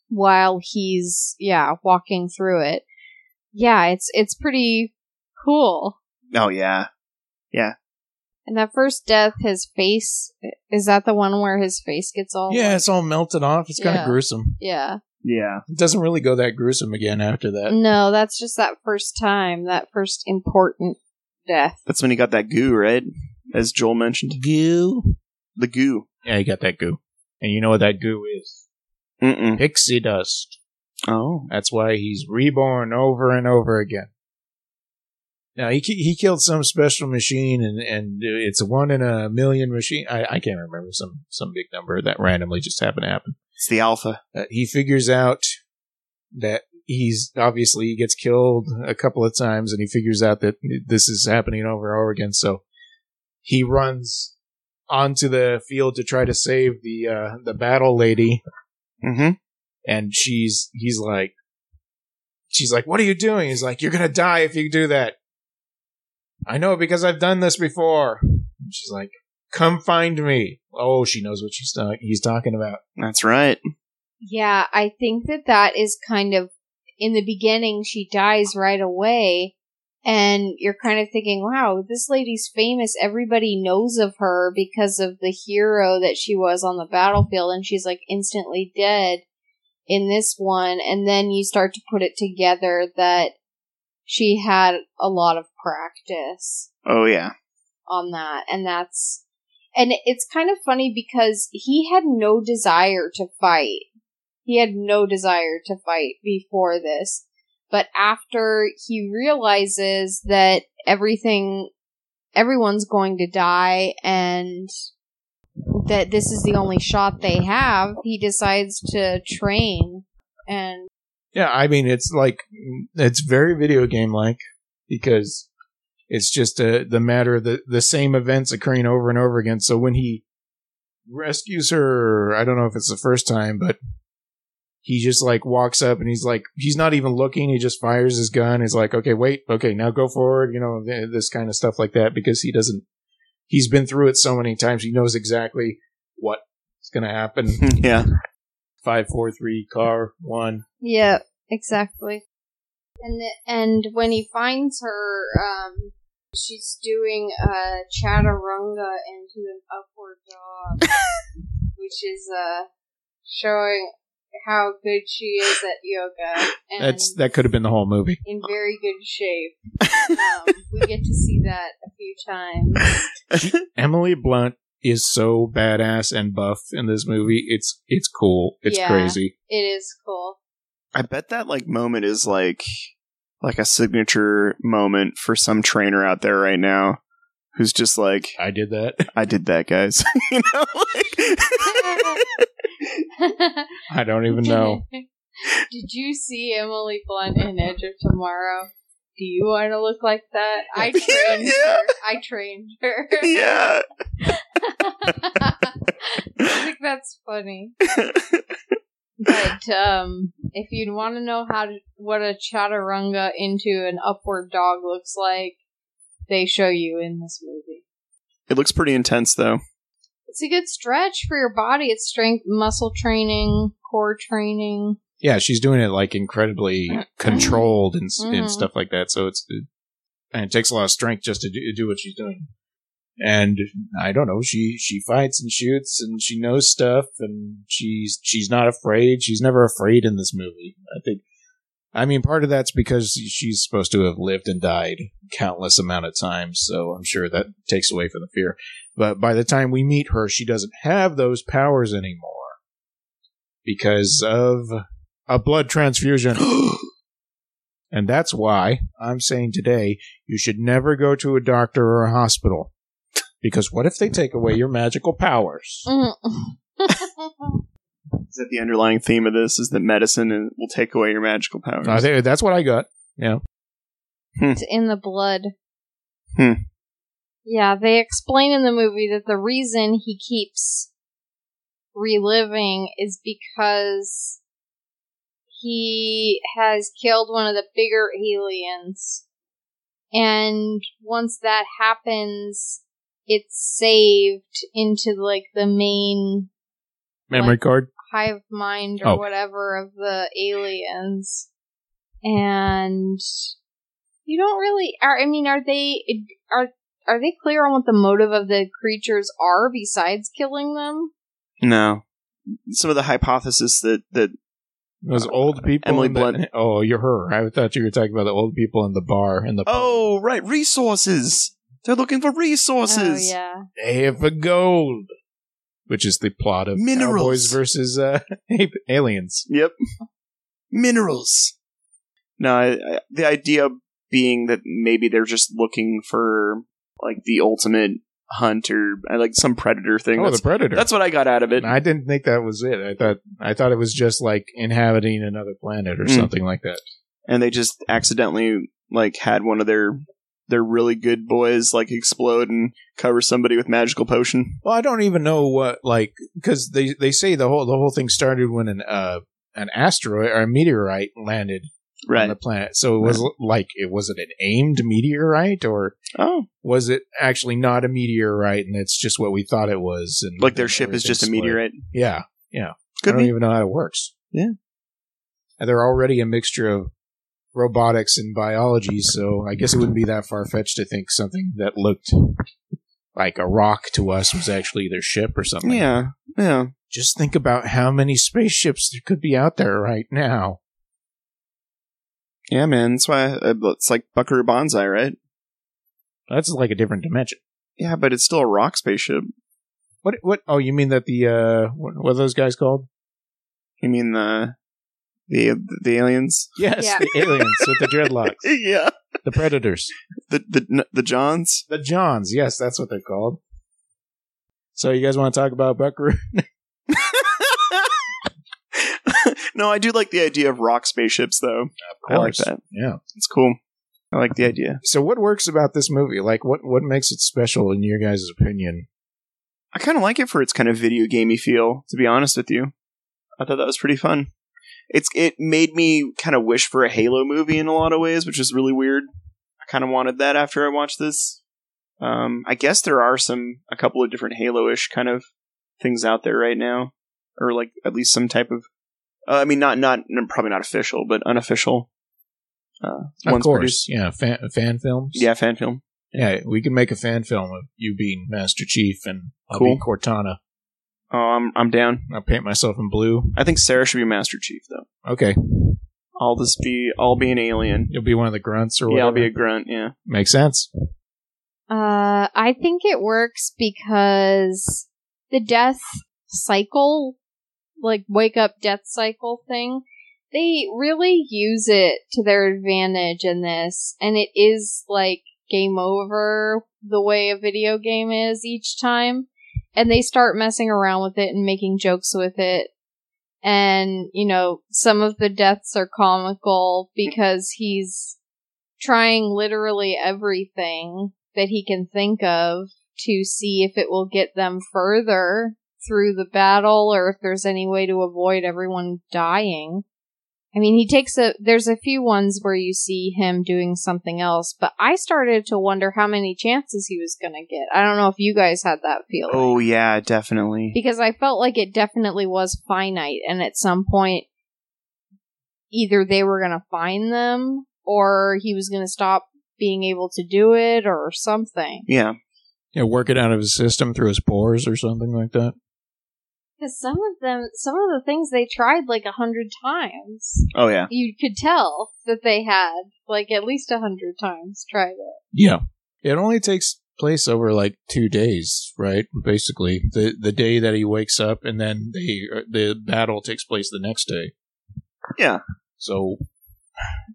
Speaker 2: while he's yeah walking through it yeah it's it's pretty cool
Speaker 3: Oh yeah,
Speaker 2: and that first death his face is that the one where his face gets all
Speaker 1: yeah,
Speaker 2: like-
Speaker 1: it's all melted off. It's kind of
Speaker 2: Oh Yeah.
Speaker 1: gruesome.
Speaker 2: yeah
Speaker 3: yeah,
Speaker 1: It doesn't really go that gruesome again after that.
Speaker 2: No, that's just that first time, that first important death.
Speaker 3: that's when he got that goo, right? As Joel mentioned,
Speaker 1: Goo.
Speaker 3: the Mm. goo.
Speaker 1: Yeah, you got that goo. And you know what that goo is?
Speaker 3: Mm-mm.
Speaker 1: Pixie dust.
Speaker 3: Oh,
Speaker 1: That's why he's reborn over and over again. Now he ki- he killed some special machine, and and it's a one in a million machine. I, I can't remember some some big number that randomly just happened to happen.
Speaker 3: it's the alpha.
Speaker 1: Uh, he figures out that he's obviously he gets killed a couple of times, and he figures out that this is happening over and over again. So he runs onto the field to try to save the uh, the battle lady
Speaker 3: Mm-hmm.
Speaker 1: and she's he's like she's like what are you doing he's like you're gonna die if you do that i know because i've done this before and she's like come find me oh she knows what she's talking he's talking about
Speaker 3: That's right.
Speaker 2: Yeah, I think that that is kind of in the beginning, she dies right away, and you're kind of thinking, wow, this lady's famous. Everybody knows of her because of the hero that she was on the battlefield, and she's like instantly dead in this one. And then you start to put it together that she had a lot of practice.
Speaker 3: Oh yeah,
Speaker 2: on that and that's and it's kind of funny because he had no desire to fight he had no desire to fight before this but after he realizes that everything everyone's going to die and that this is the only shot they have he decides to train and
Speaker 1: yeah i mean it's like it's very video game like because it's just a, the matter of the, the same events occurring over and over again so when he rescues her i don't know if it's the first time but he just like walks up and he's like he's not even looking he just fires his gun he's like okay wait okay now go forward you know th- this kind of stuff like that because he doesn't he's been through it so many times he knows exactly what's going to happen
Speaker 3: Hmm, yeah.
Speaker 1: five four three car one
Speaker 2: Yeah, exactly. And and when he finds her, um, she's doing a chaturanga into an upward dog, which is uh showing how good she is at yoga and
Speaker 1: that's that could have been the whole movie
Speaker 2: in very good shape. Um, we get to see that a few times.
Speaker 1: Emily Blunt is so badass and buff in this movie. It's it's cool. It's
Speaker 2: Yeah.
Speaker 1: crazy.
Speaker 2: It is cool.
Speaker 3: I bet that like moment is like like a signature moment for some trainer out there right now who's just like,
Speaker 1: I did that.
Speaker 3: I did that, guys. *laughs* you know, like *laughs*
Speaker 1: I don't even know.
Speaker 2: *laughs* Did you see Emily Blunt in Edge of Tomorrow? Do you want to look like that? I trained
Speaker 3: Yeah.
Speaker 2: her. I trained her. *laughs*
Speaker 3: yeah.
Speaker 2: I think that's funny. But um, if you'd want to know how to, what a chaturanga into an upward dog looks like, they show you in this movie.
Speaker 3: It looks pretty intense though.
Speaker 2: It's a good stretch for your body. It's strength, muscle training, core training.
Speaker 1: Yeah, she's doing it like incredibly controlled and, s
Speaker 2: Mhm.
Speaker 1: and stuff like that. So it's it, and it takes a lot of strength just to do, do what she's doing. And I don't know. She she fights and shoots and she knows stuff and she's she's not afraid. She's never afraid in this movie. I think. I mean, part of that's because she's supposed to have lived and died countless amount of times, so I'm sure that takes away from the fear. But by the time we meet her, she doesn't have those powers anymore because of a blood
Speaker 3: *gasps*
Speaker 1: transfusion. and that's why I'm saying today you should never go to a doctor or a hospital. Because what if they take away your magical powers?
Speaker 2: Mm. *laughs*
Speaker 3: Is that the underlying Mm. theme of this? Is that medicine will take away your magical powers?
Speaker 1: I think that's what I got. Yeah.
Speaker 3: Hmm.
Speaker 2: It's in the blood.
Speaker 3: Hmm.
Speaker 2: Yeah, they explain in the movie that the reason he keeps reliving is because he has killed one of the bigger aliens. And once that happens, it's saved into like the main
Speaker 1: Memory card.
Speaker 2: hive mind or
Speaker 1: Oh.
Speaker 2: whatever of the aliens. And you don't really are I mean are they are are they clear on what the motive of the creatures are besides killing them?
Speaker 3: No. Some of the hypothesis that that
Speaker 1: Those old people.
Speaker 3: Emily
Speaker 1: in the-
Speaker 3: Blunt.
Speaker 1: Oh, you're her. I thought you were talking about the old people in the bar and the.
Speaker 3: oh right resources. They're looking for resources.
Speaker 2: Oh yeah.
Speaker 1: Hey, for gold, which is the plot of
Speaker 3: Minerals.
Speaker 1: Cowboys versus uh, *laughs* aliens.
Speaker 3: Yep. Minerals. No, I, I, the idea being that maybe they're just looking for like the ultimate hunt or uh, like some predator thing.
Speaker 1: Oh,
Speaker 3: that's,
Speaker 1: the predator.
Speaker 3: that's what I got out of it.
Speaker 1: I didn't think that was it. I thought I thought it was just like inhabiting another planet or
Speaker 3: Mm.
Speaker 1: something like that.
Speaker 3: and they just accidentally like had one of their their really good boys like explode and cover somebody with magical potion.
Speaker 1: Well, I don't even know what like because they they say the whole the whole thing started when an uh an asteroid or a meteorite landed on the planet. So it was like it was it an aimed meteorite or
Speaker 3: Oh,
Speaker 1: was it actually not a meteorite and it's just what we thought it was and
Speaker 3: like their ship is
Speaker 1: everything
Speaker 3: just a
Speaker 1: split?
Speaker 3: meteorite.
Speaker 1: Yeah, I
Speaker 3: Could
Speaker 1: don't
Speaker 3: be.
Speaker 1: even know how it works.
Speaker 3: Yeah.
Speaker 1: And they're already a mixture of robotics and biology, so I guess it wouldn't be that far fetched to think something that looked like a rock to us was actually their ship or something.
Speaker 3: Yeah. Yeah.
Speaker 1: Just think about how many spaceships there could be out there right now.
Speaker 3: Yeah, man. That's why uh, it's like Buckaroo Banzai, right?
Speaker 1: That's like a different dimension.
Speaker 3: Yeah, but it's still a rock spaceship.
Speaker 1: What? What? Oh, you mean that the uh, what, what are those guys called?
Speaker 3: You mean the the
Speaker 1: *laughs*
Speaker 3: the aliens?
Speaker 1: Yes,
Speaker 2: Yeah.
Speaker 1: the aliens with
Speaker 3: *laughs*
Speaker 1: the dreadlocks,
Speaker 3: yeah.
Speaker 1: the predators.
Speaker 3: The the the Johns.
Speaker 1: The Johns, yes, that's what they're called. So you guys want to talk about Buckaroo?
Speaker 3: no, I do like the idea of rock spaceships, though. I like that.
Speaker 1: Yeah.
Speaker 3: It's cool. I like the idea.
Speaker 1: So what works about this movie? Like what what makes it special in your guys' opinion?
Speaker 3: I kind of like it for its kind of video gamey feel. To be honest with you, I thought that was pretty fun. It's it made me kind of wish for a Halo movie in a lot of ways, which is really weird. I kind of wanted that after I watched this. Um, I guess there are some a couple of different Halo-ish kind of things out there right now, or like at least some type of. Uh, I mean, not not no, probably not official, but unofficial. Uh,
Speaker 1: Of
Speaker 3: ones
Speaker 1: course,
Speaker 3: produced-
Speaker 1: yeah, fan, fan films.
Speaker 3: yeah, fan film.
Speaker 1: yeah, we can make a fan film of you being Master Chief and I'll
Speaker 3: Cool.
Speaker 1: be Cortana.
Speaker 3: Oh, I'm I'm down.
Speaker 1: I'll paint myself in blue.
Speaker 3: I think Sarah should be Master Chief though.
Speaker 1: Okay,
Speaker 3: I'll just be I'll be an alien.
Speaker 1: you'll be one of the grunts or whatever.
Speaker 3: Yeah, I'll be a grunt. Yeah,
Speaker 1: Makes sense.
Speaker 2: Uh I think it works because the death cycle like wake up death cycle thing they really use it to their advantage in this and it is like game over the way a video game is each time and they start messing around with it and making jokes with it and you know some of the deaths are comical because he's trying literally everything that he can think of to see if it will get them further through the battle or if there's any way to avoid everyone dying. I mean, he takes a. There's a few ones where you see him doing something else, but I started to wonder how many chances he was going to get. I don't know if you guys had that feeling.
Speaker 3: Oh yeah, definitely.
Speaker 2: Because I felt like it definitely was finite, and at some point, either they were going to find them or he was going to stop being able to do it or something.
Speaker 3: Yeah,
Speaker 1: Yeah, work it out of his system through his pores or something like that.
Speaker 2: Because some of them, some of the things they tried like a hundred times,
Speaker 3: oh yeah.
Speaker 2: you could tell that they had like at least a hundred times tried it.
Speaker 1: Yeah. It only takes place over like two days, right? Basically, the the day that he wakes up, and then they uh, the battle takes place the next day.
Speaker 3: Yeah.
Speaker 1: So,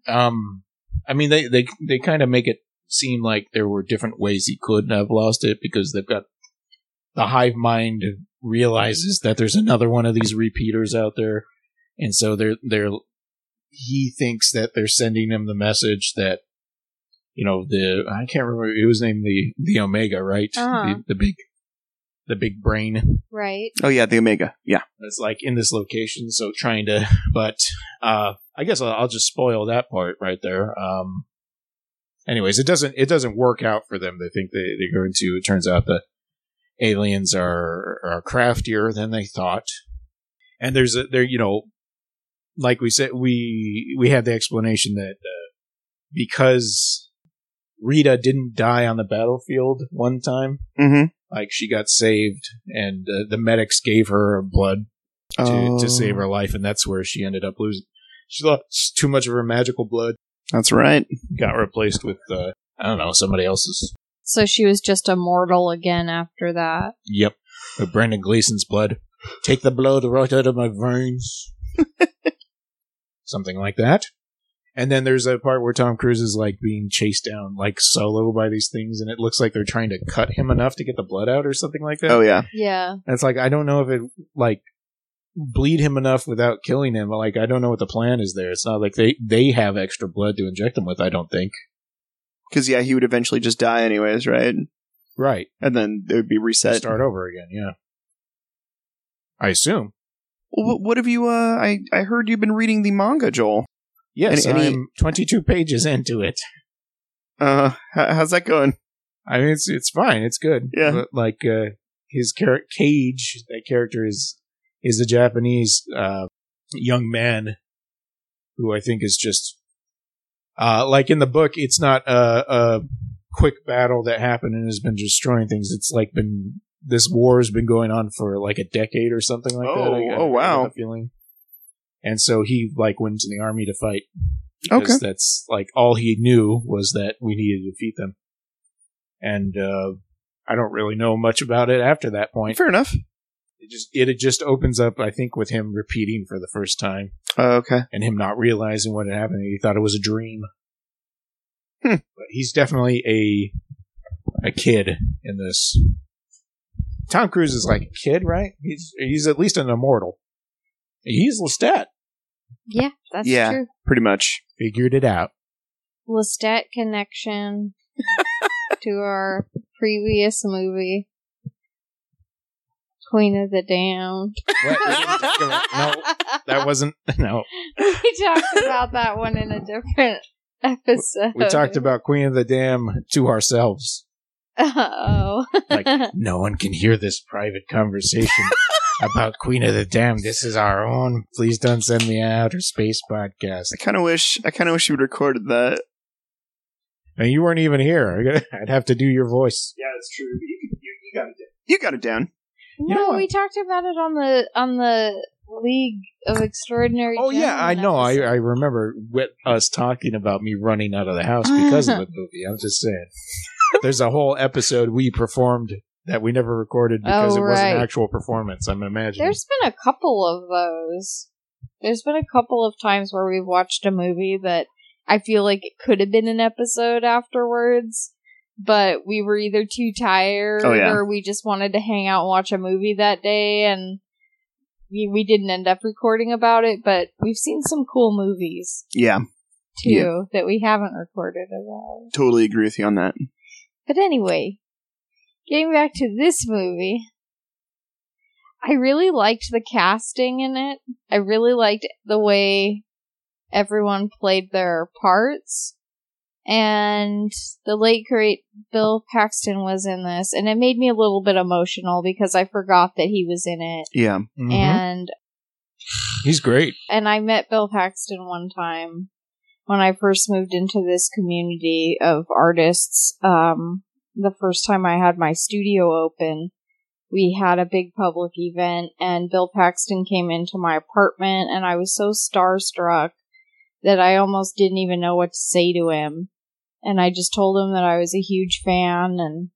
Speaker 1: um, I mean, they they they kind of make it seem like there were different ways he could have lost it because they've got the hive mind realizes that there's another one of these repeaters out there, and so they're they're he thinks that they're sending him the message that you know the I can't remember it was named the the Omega right
Speaker 2: Uh-huh.
Speaker 1: the, the big the big brain
Speaker 2: right?
Speaker 3: Oh yeah, the Omega. Yeah.
Speaker 1: that's like in this location so trying to *laughs* but uh I guess I'll, I'll just spoil that part right there um anyways it doesn't it doesn't work out for them they think they they're going to it turns out the aliens are are craftier than they thought and there's a there you know like we said we we had the explanation that uh, because Rita didn't die on the battlefield one time
Speaker 3: Mm-hmm.
Speaker 1: like she got saved and uh, the medics gave her blood to,
Speaker 3: Oh,
Speaker 1: to save her life and that's where she ended up losing she lost too much of her magical blood
Speaker 3: That's right.
Speaker 1: got replaced with uh, i don't know somebody else's
Speaker 2: So she was just a mortal again after that.
Speaker 1: yep with brandon gleason's blood take the blood right out of my veins something like that and then there's a part where tom cruise is like being chased down like solo by these things and it looks like they're trying to cut him enough to get the blood out or something like that
Speaker 3: Oh yeah.
Speaker 2: Yeah.
Speaker 1: And it's like I don't know if it like bleed him enough without killing him. But, like I don't know what the plan is there. It's not like they they have extra blood to inject him with. I don't think.
Speaker 3: Because yeah, he would eventually just die anyways, right?
Speaker 1: Right.
Speaker 3: And then it would be reset.
Speaker 1: Start over again. Yeah. I assume.
Speaker 3: Wh- What have you? Uh, I I heard you've been reading the manga, Joel.
Speaker 1: Yes,
Speaker 3: Any- any-
Speaker 1: I'm 22 pages into it.
Speaker 3: Uh, h- how's that going?
Speaker 1: I mean, it's it's fine. It's good.
Speaker 3: Yeah.
Speaker 1: But like uh, his char- Cage, that character is is a Japanese uh, young man who I think is just uh, like in the book. It's not a, a quick battle that happened and has been destroying things. It's like been this war has been going on for like a decade or something like that.
Speaker 3: Oh,
Speaker 1: I- I
Speaker 3: oh, wow.
Speaker 1: have a feeling. And so he like went to the army to fight.
Speaker 3: Okay.
Speaker 1: because That's like all he knew was that we needed to defeat them and uh, I don't really know much about it after that point.
Speaker 3: Fair enough.
Speaker 1: It just it just opens up, I think, with him repeating for the first time
Speaker 3: Uh, okay.
Speaker 1: and him not realizing what had happened. He thought it was a dream.
Speaker 3: Hmm.
Speaker 1: But he's definitely a a kid in this. Tom Cruise is like a kid, right? He's he's at least an immortal. He's Lestat.
Speaker 2: Yeah, that's
Speaker 3: Yeah.
Speaker 2: true.
Speaker 3: Pretty much.
Speaker 1: Figured it out.
Speaker 2: Lestat connection to our previous movie, Queen of the Damned.
Speaker 1: *laughs* What? We didn't talk about- no, that wasn't no.
Speaker 2: *laughs* we talked about that one in a different episode. *laughs*
Speaker 1: We talked about Queen of the Dam to ourselves.
Speaker 2: *laughs* Oh,
Speaker 1: Like, no one can hear this private conversation about Queen of the Dam. This is our own. Please don't send me an outer space podcast.
Speaker 3: I kind of wish. I kind of wish you would recorded that.
Speaker 1: And you weren't even here. *laughs* I'd have to do your voice.
Speaker 3: Yeah, that's true. You, you, you got it down. You got it down.
Speaker 2: *laughs* no,
Speaker 1: know what?
Speaker 2: we talked about it on the on the League of Extraordinary.
Speaker 1: Oh yeah, I
Speaker 2: Gentlemen
Speaker 1: know. I,
Speaker 2: episode.
Speaker 1: I remember with us talking about me running out of the house because
Speaker 2: *laughs*
Speaker 1: of the movie. I'm just saying. There's a whole episode we performed that we never recorded because
Speaker 2: Oh,
Speaker 1: it was an
Speaker 2: right.
Speaker 1: actual performance. I'm imagining.
Speaker 2: There's been a couple of those. There's been a couple of times where we've watched a movie that I feel like it could have been an episode afterwards, but we were either too tired
Speaker 3: Oh, yeah.
Speaker 2: or we just wanted to hang out and watch a movie that day and we, we didn't end up recording about it, but we've seen some cool movies
Speaker 3: Yeah,
Speaker 2: too
Speaker 3: Yeah.
Speaker 2: that we haven't recorded about.
Speaker 3: totally agree with you on that.
Speaker 2: But anyway, getting back to this movie, I really liked the casting in it. I really liked the way everyone played their parts. And the late great Bill Paxton was in this, and it made me a little bit emotional because I forgot that he was in it.
Speaker 3: Yeah.
Speaker 1: Mhm.
Speaker 2: And
Speaker 1: He's great.
Speaker 2: and I met Bill Paxton one time when I first moved into this community of artists. Um, the first time I had my studio open, we had a big public event, and Bill Paxton came into my apartment, and I was so starstruck that I almost didn't even know what to say to him. And I just told him that I was a huge fan, and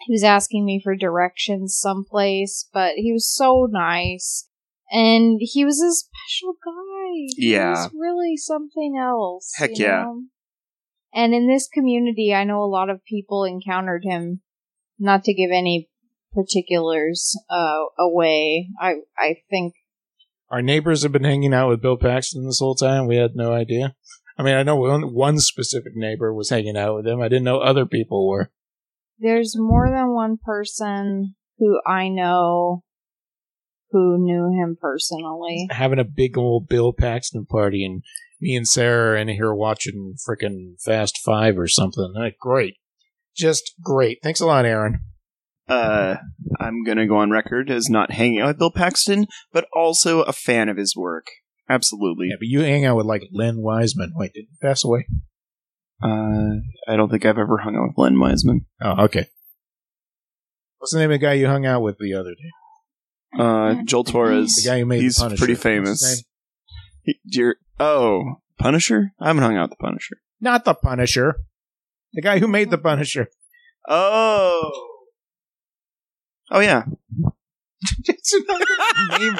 Speaker 2: he was asking me for directions someplace, but he was so nice. And he was a special guy. He
Speaker 3: Yeah.
Speaker 2: was really something else.
Speaker 3: Heck yeah.
Speaker 2: know? And in this community, I know a lot of people encountered him, not to give any particulars uh, away. I, I think
Speaker 1: Our neighbors have been hanging out with Bill Paxton this whole time. We had no idea. I mean, I know one, one specific neighbor was hanging out with him. I didn't know other people were.
Speaker 2: There's more than one person who I know who knew him
Speaker 1: *laughs*
Speaker 2: personally.
Speaker 1: Having a big old Bill Paxton party, and me and Sarah are in here watching frickin' Fast Five or something. Uh, Great. Just great. Thanks a lot, Aaron.
Speaker 3: Uh, I'm gonna go on record as not hanging out with Bill Paxton, but also a fan of his work. Absolutely.
Speaker 1: Yeah, but you hang out with like Len Wiseman. Wait, did he pass away?
Speaker 3: Uh, I don't think I've ever hung out with Len Wiseman.
Speaker 1: Oh, okay. What's the name of the guy you hung out with the other day?
Speaker 3: Uh, Joel Torres.
Speaker 1: The guy who made
Speaker 3: He's
Speaker 1: the Punisher.
Speaker 3: pretty
Speaker 1: What's his
Speaker 3: famous.
Speaker 1: name?
Speaker 3: He- Dear, oh, Punisher? I haven't hung out with the Punisher.
Speaker 1: Not the Punisher. The guy who made the Punisher.
Speaker 3: Oh. Oh yeah.
Speaker 1: It's another name.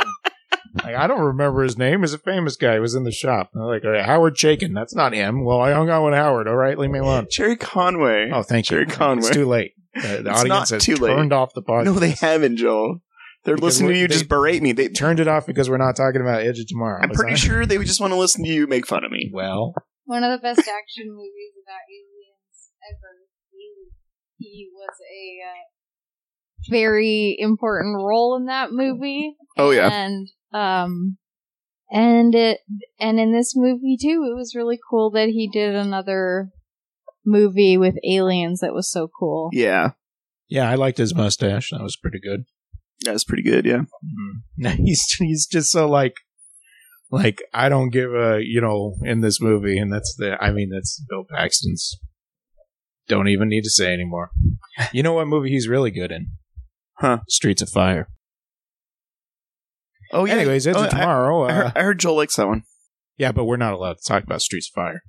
Speaker 1: Like, I don't remember his name. He's a famous guy. He was in the shop. I'm like, all right, Howard Chaikin. That's not him. Well, I hung out with Howard. All right, leave me alone.
Speaker 3: Jerry Conway.
Speaker 1: Oh, thank you.
Speaker 3: Jerry Conway.
Speaker 1: It's too late. The, the
Speaker 3: It's
Speaker 1: audience
Speaker 3: not
Speaker 1: has
Speaker 3: too late.
Speaker 1: turned off the podcast.
Speaker 3: no, they haven't, Joel. They're
Speaker 1: Because
Speaker 3: listening to
Speaker 1: we-
Speaker 3: you
Speaker 1: they-
Speaker 3: just berate me. They,
Speaker 1: turned it off because we're not talking about Edge of Tomorrow.
Speaker 3: I'm
Speaker 1: Was
Speaker 3: pretty
Speaker 1: I-
Speaker 3: sure they would just want to listen to you make fun of me.
Speaker 1: Well,
Speaker 2: One of the best action movies about aliens ever. He, he was a uh, very important role in that movie.
Speaker 3: Oh yeah.
Speaker 2: and um and it and in this movie too it was really cool that he did another movie with aliens that was so cool
Speaker 3: Yeah.
Speaker 1: yeah, I liked his mustache. That was pretty good.
Speaker 3: That was pretty good, yeah.
Speaker 1: Mm-hmm. *laughs* Now he's he's just so like like I don't give a you know in this movie, and that's the I mean that's Bill Paxton's. Don't even need to say anymore. You know what movie he's really good in?
Speaker 3: Huh.
Speaker 1: Streets of Fire.
Speaker 3: Oh yeah.
Speaker 1: Anyways, it's
Speaker 3: Oh, I-
Speaker 1: tomorrow.
Speaker 3: I,
Speaker 1: uh,
Speaker 3: heard, I heard Joel likes that one.
Speaker 1: yeah, but we're not allowed to talk about Streets of Fire.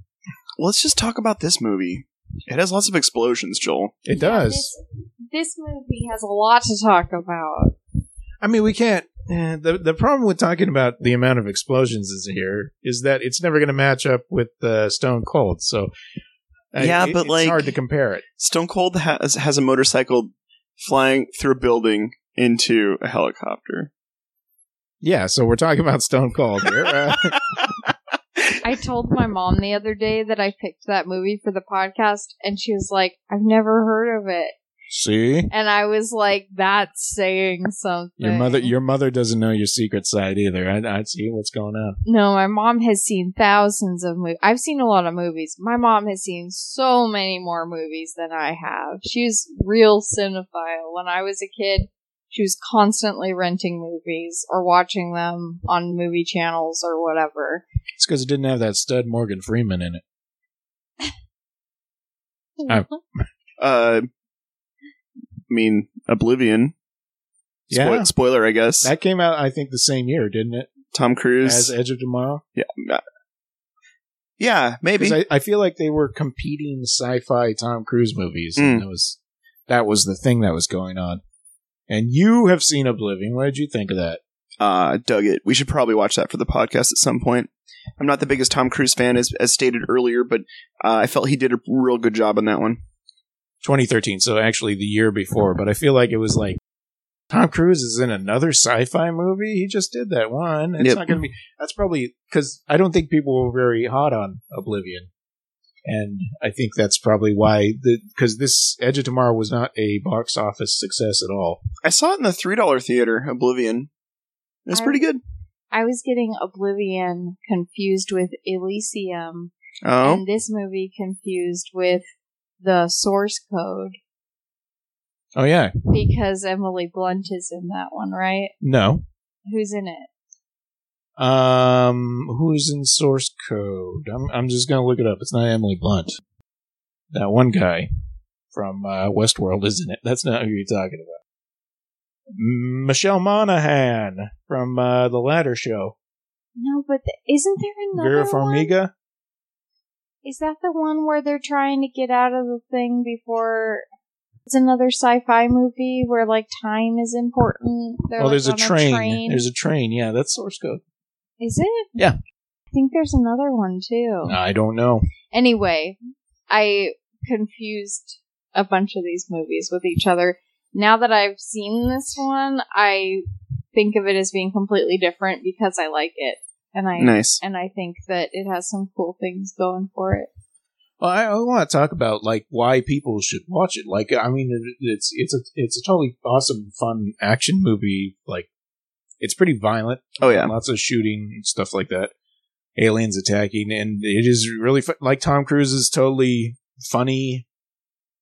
Speaker 3: Let's just talk about this movie. It has lots of explosions, Joel.
Speaker 1: It does.
Speaker 2: this, this movie has a lot to talk about
Speaker 1: I mean, we can't. eh, The the problem with talking about the amount of explosions is here is that it's never going to match up with uh, Stone Cold. So uh,
Speaker 3: Yeah,
Speaker 1: it-
Speaker 3: but,
Speaker 1: it's
Speaker 3: like-
Speaker 1: hard to compare it.
Speaker 3: Stone Cold has has a motorcycle flying through a building into a helicopter. *laughs*
Speaker 1: Yeah, so we're talking about Stone Cold here. Uh,
Speaker 2: i told my mom the other day that i picked that movie for the podcast and she was like i've never heard of it
Speaker 1: see,
Speaker 2: and i was like that's saying something
Speaker 1: your mother your mother doesn't know your secret side either. I, I see what's going on.
Speaker 2: No, my mom has seen thousands of movies. I've seen a lot of movies. My mom has seen so many more movies than I have. She's real cinephile. When I was a kid, she was constantly renting movies or watching them on movie channels or whatever.
Speaker 1: It's because it didn't have that stud Morgan Freeman in it. Oh.
Speaker 3: uh, I mean, Oblivion. Spoil-
Speaker 1: Yeah.
Speaker 3: Spoiler, I guess.
Speaker 1: That came out, I think, the same year, didn't it?
Speaker 3: Tom Cruise. uh,
Speaker 1: As Edge of Tomorrow.
Speaker 3: yeah, maybe.
Speaker 1: Because I, I feel like they were competing sci-fi Tom Cruise movies, and that was that was the thing that was going on. And you have seen Oblivion. What did you think of that?
Speaker 3: uh, dug it. We should probably watch that for the podcast at some point. I'm not the biggest Tom Cruise fan, as, as stated earlier, but uh, I felt he did a real good job on that one.
Speaker 1: 2013, so actually the year before. But I feel like it was like Tom Cruise is in another sci-fi movie. He just did that one. It's
Speaker 3: Yep.
Speaker 1: not going to be. That's probably because I don't think people were very hot on Oblivion, and I think that's probably why the because this Edge of Tomorrow was not a box office success at all.
Speaker 3: I saw it in the three dollar theater, Oblivion. It was
Speaker 2: I-
Speaker 3: pretty good.
Speaker 2: *laughs* I was getting Oblivion confused with Elysium
Speaker 3: Oh,
Speaker 2: and this movie confused with the source code
Speaker 1: Oh yeah,
Speaker 2: because Emily Blunt is in that one, right?
Speaker 1: no,
Speaker 2: Who's in it?
Speaker 1: Um, who's in source code? I'm I'm just gonna look it up. It's not Emily Blunt. That one guy from uh, Westworld, isn't it? That's not who you're talking about. M- Michelle Monaghan from uh, the Ladder Show.
Speaker 2: No, but th- isn't there
Speaker 1: Vera
Speaker 2: another one?
Speaker 1: Farmiga.
Speaker 2: Is that the one where they're trying to get out of the thing before? It's another sci-fi movie where like time is important. They're,
Speaker 1: Oh,
Speaker 2: like,
Speaker 1: there's a
Speaker 2: on
Speaker 1: train. There's a train. Yeah, that's source code.
Speaker 2: Is it?
Speaker 1: Yeah.
Speaker 2: I think there's another one too.
Speaker 1: I don't know.
Speaker 2: Anyway, I confused a bunch of these movies with each other. Now that I've seen this one, I think of it as being completely different because I like it. and I
Speaker 3: Nice.
Speaker 2: and I think that it has some cool things going for it.
Speaker 1: Well, I, I want to talk about like why people should watch it. Like, I mean, it, it's it's a it's a totally awesome, fun action movie. Like, it's pretty violent.
Speaker 3: Oh yeah.
Speaker 1: lots of shooting and stuff like that. Aliens attacking, and it is really fu- like Tom Cruise is totally funny,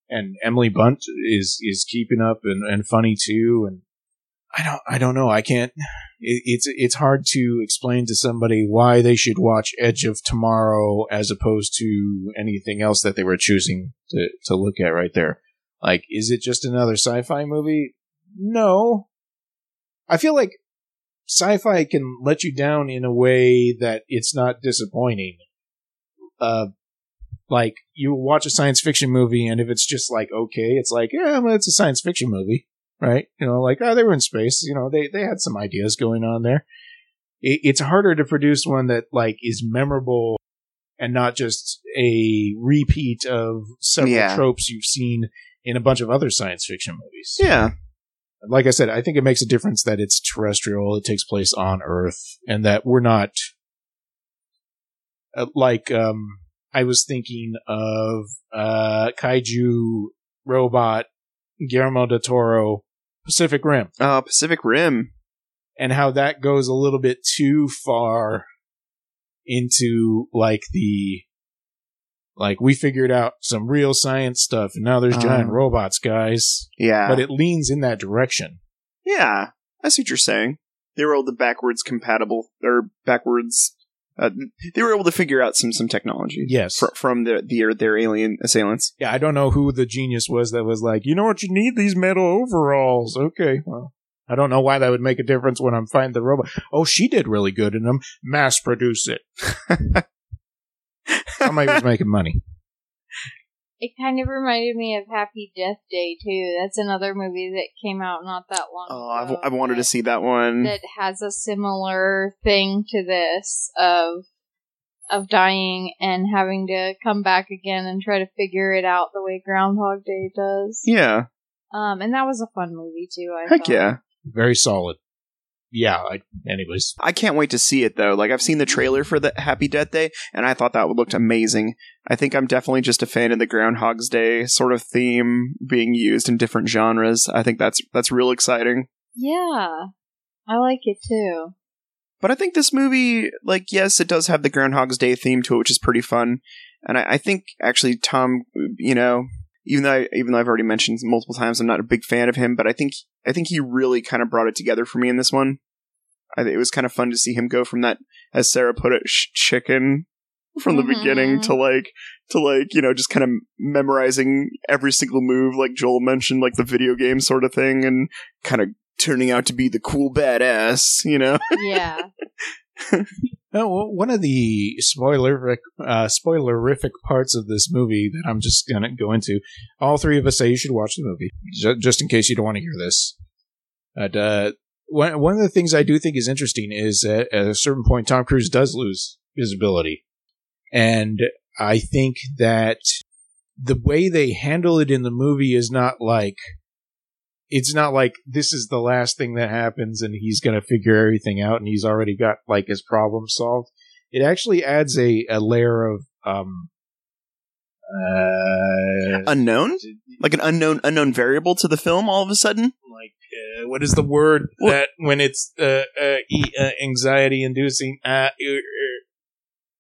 Speaker 1: and Emily Bunt is is keeping up and, and funny too. And I don't I don't know I can't. It, it's it's hard to explain to somebody why they should watch Edge of Tomorrow as opposed to anything else that they were choosing to to look at right there. Like, is it just another sci-fi movie? No, I feel like sci-fi can let you down in a way that it's not disappointing. Uh, like you watch a science fiction movie, and if it's just like okay, it's like yeah, well, it's a science fiction movie, right? You know, like oh, they were in space. You know, they they had some ideas going on there. It, it's harder to produce one that like is memorable and not just a repeat of several
Speaker 3: Yeah.
Speaker 1: tropes you've seen in a bunch of other science fiction movies
Speaker 3: Yeah.
Speaker 1: like I said, I think it makes a difference that it's terrestrial, it takes place on Earth, and that we're not uh, like um I was thinking of uh kaiju robot Guillermo del Toro Pacific Rim
Speaker 3: Uh, Pacific Rim.
Speaker 1: and how that goes a little bit too far into like the like we figured out some real science stuff and now there's giant
Speaker 3: Um,
Speaker 1: robots guys
Speaker 3: Yeah.
Speaker 1: but it leans in that direction
Speaker 3: yeah. I see what you're saying. They were able to backwards compatible or backwards. Uh, they were able to figure out some some technology.
Speaker 1: Yes.
Speaker 3: Fr- from the, the their alien assailants.
Speaker 1: Yeah, I don't know who the genius was that was like, you know what, you need these metal overalls. Okay, well, I don't know why that would make a difference when I'm fighting the robot. Oh, she did really good in them. Mass produce it. Somebody was making money.
Speaker 2: It kind of reminded me of Happy Death Day too. That's another movie that came out not that long
Speaker 3: oh,
Speaker 2: ago.
Speaker 3: I've I've wanted to
Speaker 2: that-
Speaker 3: see that one.
Speaker 2: that has a similar thing to this of of dying and having to come back again and try to figure it out the way Groundhog Day does.
Speaker 3: yeah.
Speaker 2: Um, and that was a fun movie too. I
Speaker 3: Heck
Speaker 2: thought.
Speaker 3: yeah.
Speaker 1: Very solid. Yeah, I, anyways.
Speaker 3: I can't wait to see it though. Like I've seen the trailer for the Happy Death Day, and I thought that would looked amazing. I think I'm definitely just a fan of the Groundhog's Day sort of theme being used in different genres. I think that's that's real exciting.
Speaker 2: Yeah, I like it too.
Speaker 3: But I think this movie, like, yes, it does have the Groundhog's Day theme to it, which is pretty fun. And I, I think actually Tom, you know, even though I, even though I've already mentioned multiple times, I'm not a big fan of him, but I think I think he really kind of brought it together for me in this one. I, think it was kind of fun to see him go from that, as Sarah put it, sh- chicken from the
Speaker 2: Mhm.
Speaker 3: beginning to like to like you know just kind of memorizing every single move, like Joel mentioned, like the video game sort of thing, and kind of turning out to be the cool badass, you know.
Speaker 2: Yeah,
Speaker 1: No, well, one of the spoilerific, uh, spoilerific parts of this movie that I'm just gonna go into. All three of us say you should watch the movie, ju- just in case you don't want to hear this. But uh, one one of the things I do think is interesting is that at a certain point, Tom Cruise does lose his ability, and I think that the way they handle it in the movie is not like it's not like this is the last thing that happens and he's going to figure everything out and he's already got like his problem solved. It actually adds a, a layer of um uh
Speaker 3: unknown like an unknown unknown variable to the film all of a sudden
Speaker 1: like uh, what is the word
Speaker 3: Well-
Speaker 1: that when it's uh, uh, e- uh anxiety inducing uh, er, er.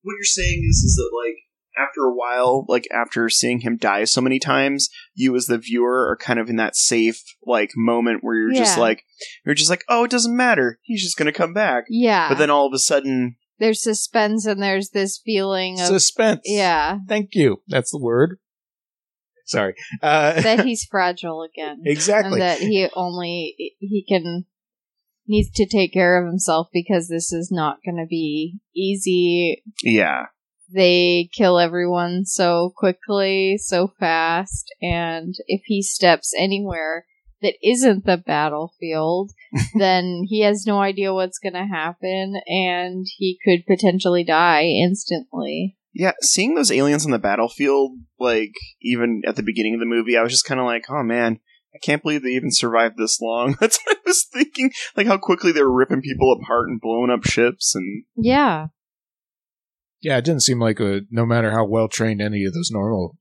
Speaker 3: what you're saying is is that like after a while like after seeing him die so many times you as the viewer are kind of in that safe like moment where you're just
Speaker 2: Yeah.
Speaker 3: like you're just like oh it doesn't matter he's just gonna come back
Speaker 2: yeah.
Speaker 3: but then all of a sudden
Speaker 2: there's suspense and there's this feeling of
Speaker 1: suspense
Speaker 2: yeah
Speaker 1: thank you that's the word sorry uh
Speaker 3: *laughs*
Speaker 2: that he's fragile again.
Speaker 1: *laughs* exactly
Speaker 2: and that he only he can needs to take care of himself because this is not going to be easy.
Speaker 3: yeah
Speaker 2: They kill everyone so quickly, so fast, and if he steps anywhere that isn't the battlefield, then he has no idea what's going to happen and he could potentially die instantly.
Speaker 3: yeah seeing those aliens on the battlefield like even at the beginning of the movie i was just kind of like oh man I can't believe they even survived this long. *laughs* That's what I was thinking. Like how quickly they were ripping people apart and blowing up ships and
Speaker 2: Yeah.
Speaker 1: Yeah, it didn't seem like a, no matter how well trained any of those normal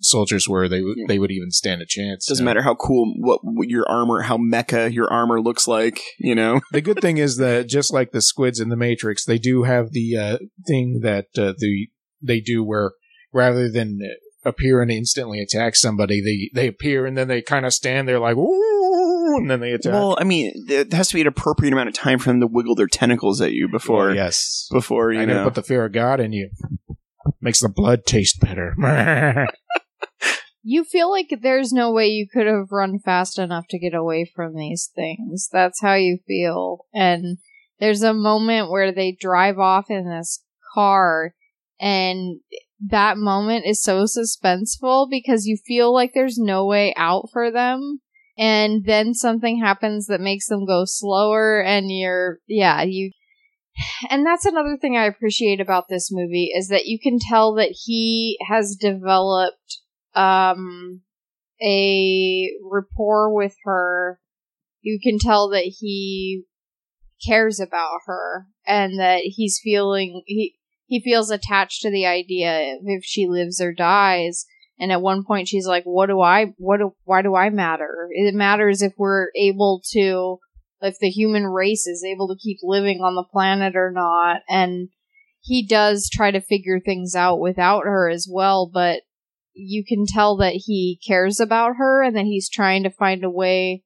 Speaker 1: soldiers were, they would
Speaker 3: Yeah.
Speaker 1: they would even stand a chance.
Speaker 3: it doesn't matter how cool what, what your armor, how mecha your armor looks like, you know?
Speaker 1: the good thing is that just like the squids in the Matrix, they do have the uh, thing that uh, the they do where rather than appear and instantly attack somebody, they they appear and then they kind of stand there like ooh, and then they attack.
Speaker 3: Well, I mean, there there has to be an appropriate amount of time for them to wiggle their tentacles at you before
Speaker 1: yes,
Speaker 3: before you
Speaker 1: I gotta
Speaker 3: know.
Speaker 1: put the fear of God in you. Makes the blood taste better. *laughs*
Speaker 2: You feel like there's no way you could have run fast enough to get away from these things. That's how you feel. And there's a moment where they drive off in this car, and that moment is so suspenseful because you feel like there's no way out for them. And then something happens that makes them go slower, and you're, yeah, you. And that's another thing I appreciate about this movie is that you can tell that he has developed um a rapport with her you can tell that he cares about her and that he's feeling he he feels attached to the idea of if she lives or dies and at one point she's like what do i what do, why do i matter it matters if we're able to if the human race is able to keep living on the planet or not and he does try to figure things out without her as well but you can tell that he cares about her and that he's trying to find a way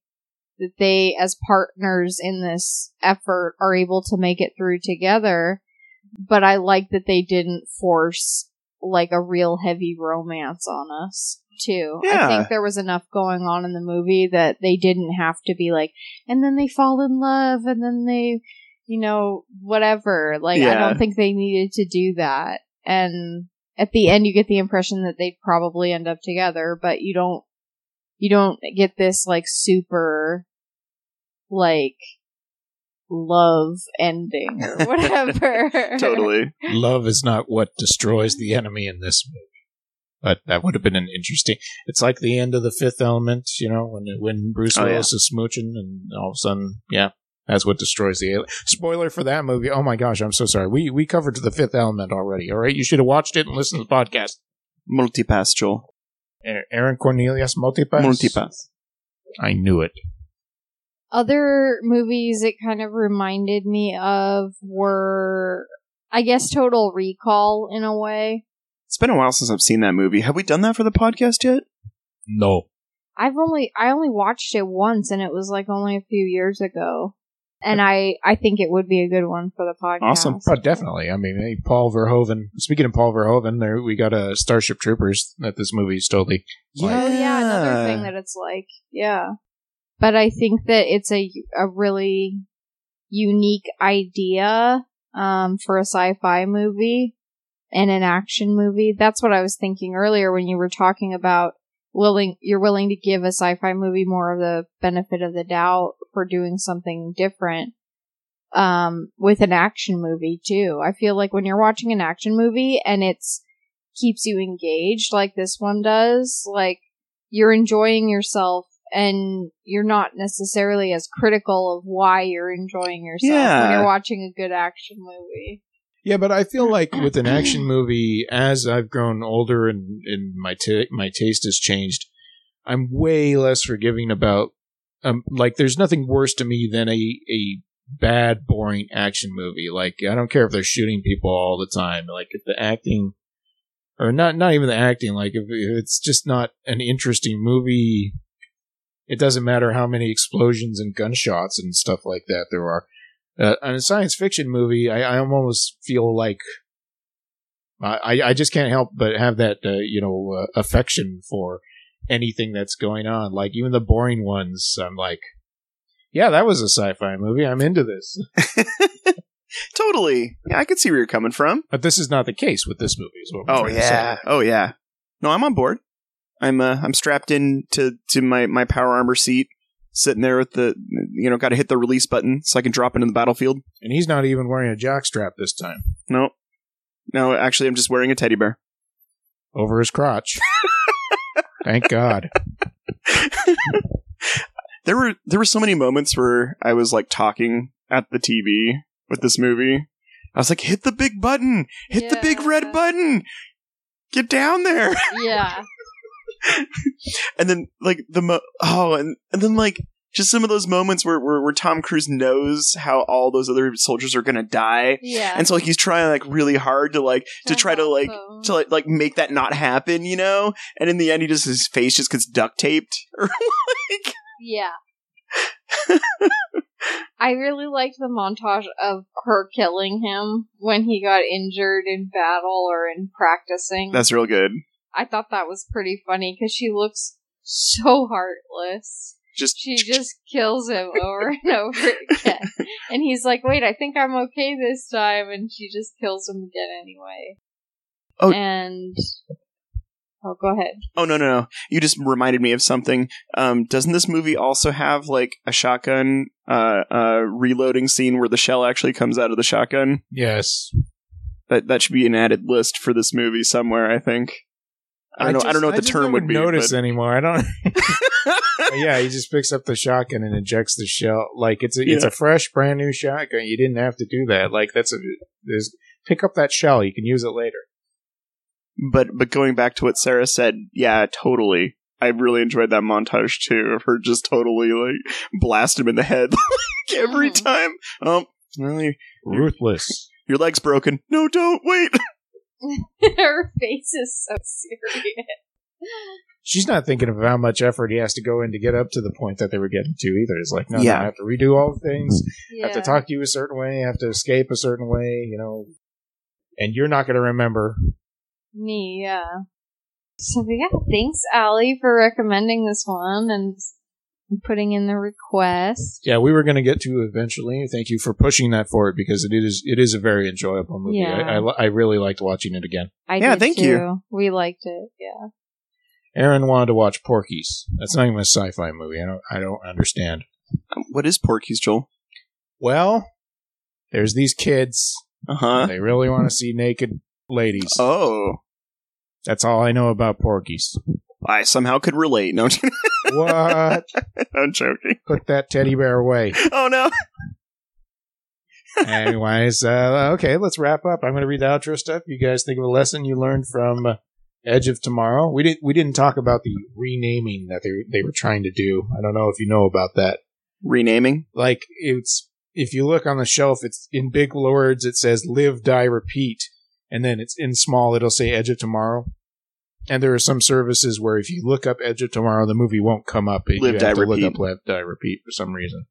Speaker 2: that they as partners in this effort are able to make it through together but i like that they didn't force like a real heavy romance on us too i
Speaker 3: Yeah.
Speaker 2: think there was enough going on in the movie that they didn't have to be like and then they fall in love and then they you know whatever like i
Speaker 3: Yeah.
Speaker 2: don't think they needed to do that and at the end you get the impression that they'd probably end up together but you don't you don't get this like super like love ending
Speaker 3: *laughs*
Speaker 2: or whatever
Speaker 3: totally.
Speaker 1: Love is not what destroys the enemy in this movie. But that would have been an interesting. It's like the end of the Fifth Element, you know, when when Bruce
Speaker 3: Oh, yeah.
Speaker 1: Willis is smooching, and all of a sudden, yeah, that's what destroys the alien. Spoiler for that movie. Oh my gosh, I'm so sorry. We we covered the Fifth Element already. All right, you should have watched it and listened to the podcast.
Speaker 3: Multipass,
Speaker 1: A- Aaron Cornelius Multipass.
Speaker 3: Multipass.
Speaker 1: I knew it.
Speaker 2: other movies it kind of reminded me of were i guess total recall in a way
Speaker 3: It's been a while since I've seen that movie. Have we done that for the podcast yet?
Speaker 1: No,
Speaker 2: I've only I only watched it once and it was like only a few years ago. And I I think it would be a good one for the podcast.
Speaker 3: Awesome.
Speaker 1: oh, definitely. I mean, hey, Paul Verhoeven. Speaking of Paul Verhoeven, there we got a Starship Troopers that this movie is totally
Speaker 2: Oh yeah, another thing that it's like, yeah. But I think that it's a a really unique idea um, for a sci-fi movie and an action movie. That's what I was thinking earlier when you were talking about willing you're willing to give a sci-fi movie more of the benefit of the doubt for doing something different um with an action movie too. I feel like when you're watching an action movie and it's keeps you engaged like this one does like you're enjoying yourself and you're not necessarily as critical of why you're enjoying yourself when
Speaker 3: Yeah.
Speaker 2: you're watching a good action movie
Speaker 1: Yeah, but I feel like with an action movie, as I've grown older and, and my ta my taste has changed, I'm way less forgiving about. Um, like, there's nothing worse to me than a a bad, boring action movie. Like, I don't care if they're shooting people all the time. Like, if the acting, or not, not even the acting. Like, if it's just not an interesting movie, it doesn't matter how many explosions and gunshots and stuff like that there are. Uh, on a science fiction movie, I, I almost feel like I, I- I just can't help but have that uh, you know uh, affection for anything that's going on. Like even the boring ones, I'm like, yeah, that was a sci-fi movie. I'm into this,
Speaker 3: Totally. Yeah, I could see where you're coming from.
Speaker 1: but this is not the case with this movie. Is what I'm
Speaker 3: Oh
Speaker 1: trying to say.
Speaker 3: yeah. Oh yeah. No, I'm on board. I'm uh, I'm strapped in to, to my, my power armor seat, sitting there with the you know, gotta hit the release button so I can drop into the battlefield.
Speaker 1: and he's not even wearing a jockstrap this time
Speaker 3: No. No, actually I'm just wearing a teddy bear. *laughs*
Speaker 1: over his crotch. Thank God.
Speaker 3: there were there were so many moments where I was like talking at the TV with this movie. I was like, hit the big button, hit the big red
Speaker 2: Yeah.
Speaker 3: button, get down there.
Speaker 2: Yeah.
Speaker 3: And then like the mo- oh, and and then like just some of those moments where where, where Tom Cruise knows how all those other soldiers are gonna die.
Speaker 2: Yeah.
Speaker 3: And so like he's trying like really hard to like to try to like to like, like make that not happen, you know? And in the end, he just his face just gets duct taped. *laughs*
Speaker 2: Yeah. I really liked the montage of her killing him when he got injured in battle or in practicing.
Speaker 3: That's real good.
Speaker 2: I thought that was pretty funny because she looks so heartless.
Speaker 3: Just
Speaker 2: She just kills him over and over
Speaker 3: *laughs*
Speaker 2: again. And he's like, wait, I think I'm okay this time. And she just kills him again anyway.
Speaker 3: Oh.
Speaker 2: And. Oh, go ahead.
Speaker 3: oh no no no! You just reminded me of something. Um, doesn't this movie also have like a shotgun uh, uh, reloading scene where the shell actually comes out of the shotgun?
Speaker 1: Yes.
Speaker 3: That that should be an added list for this movie somewhere. I think. I don't know. I
Speaker 1: just-
Speaker 3: don't know what the
Speaker 1: just
Speaker 3: term
Speaker 1: never
Speaker 3: would be.
Speaker 1: Notice
Speaker 3: but-
Speaker 1: anymore? I
Speaker 3: *laughs*
Speaker 1: don't. *laughs* But yeah, he just picks up the shotgun and ejects the shell. Like it's a it's
Speaker 3: Yeah.
Speaker 1: a fresh, brand new shotgun. You didn't have to do that. Like that's a there's pick up that shell. You can use it later.
Speaker 3: but but going back to what Sarah said, yeah, totally. I really enjoyed that montage too of her just totally like blast him in the head *laughs* like every
Speaker 2: Mhm.
Speaker 3: time. Um, really,
Speaker 1: Ruthless.
Speaker 3: your leg's broken. No, don't wait.
Speaker 2: *laughs* her face is so serious.
Speaker 1: She's not thinking of how much effort he has to go in to get up to the point that they were getting to either. It's like, no, no,
Speaker 3: Yeah.
Speaker 1: I have to redo all the things. I have to
Speaker 2: Yeah.
Speaker 1: talk to you a certain way. I have to escape a certain way. You know, and you're not going to remember.
Speaker 2: Me, yeah. So yeah, thanks Allie for recommending this one and putting in the request.
Speaker 1: Yeah, we were going to get to eventually. Thank you for pushing that forward because it is it is a very enjoyable movie. I, I,
Speaker 2: Yeah.
Speaker 1: li- I really liked watching it again.
Speaker 2: I
Speaker 3: Yeah,
Speaker 2: did
Speaker 3: thank
Speaker 2: too.
Speaker 3: you.
Speaker 2: We liked it. Yeah.
Speaker 1: Aaron wanted to watch Porky's. That's not even a sci-fi movie. I don't I don't understand.
Speaker 3: Um, what is Porky's Joel?
Speaker 1: Well, there's these kids.
Speaker 3: Uh huh.
Speaker 1: They really want to see naked ladies.
Speaker 3: Oh,
Speaker 1: That's all I know about Porky's.
Speaker 3: I somehow could relate. No, *laughs* I'm kidding. *laughs*
Speaker 1: What?
Speaker 3: I'm joking.
Speaker 1: Put that teddy bear away.
Speaker 3: Oh no.
Speaker 1: Anyways, uh, okay, let's wrap up. I'm going to read the outro stuff. You guys think of a lesson you learned from uh, Edge of Tomorrow. We didn't we didn't talk about the renaming that they they were trying to do. I don't know if you know about that.
Speaker 3: Renaming.
Speaker 1: like it's if you look on the shelf it's in big words it says live die repeat and then it's in small it'll say edge of tomorrow and there are some services where if you look up edge of tomorrow the movie won't come up You
Speaker 3: Live,
Speaker 1: have
Speaker 3: Die,
Speaker 1: to
Speaker 3: Repeat.
Speaker 1: look up live die repeat for some reason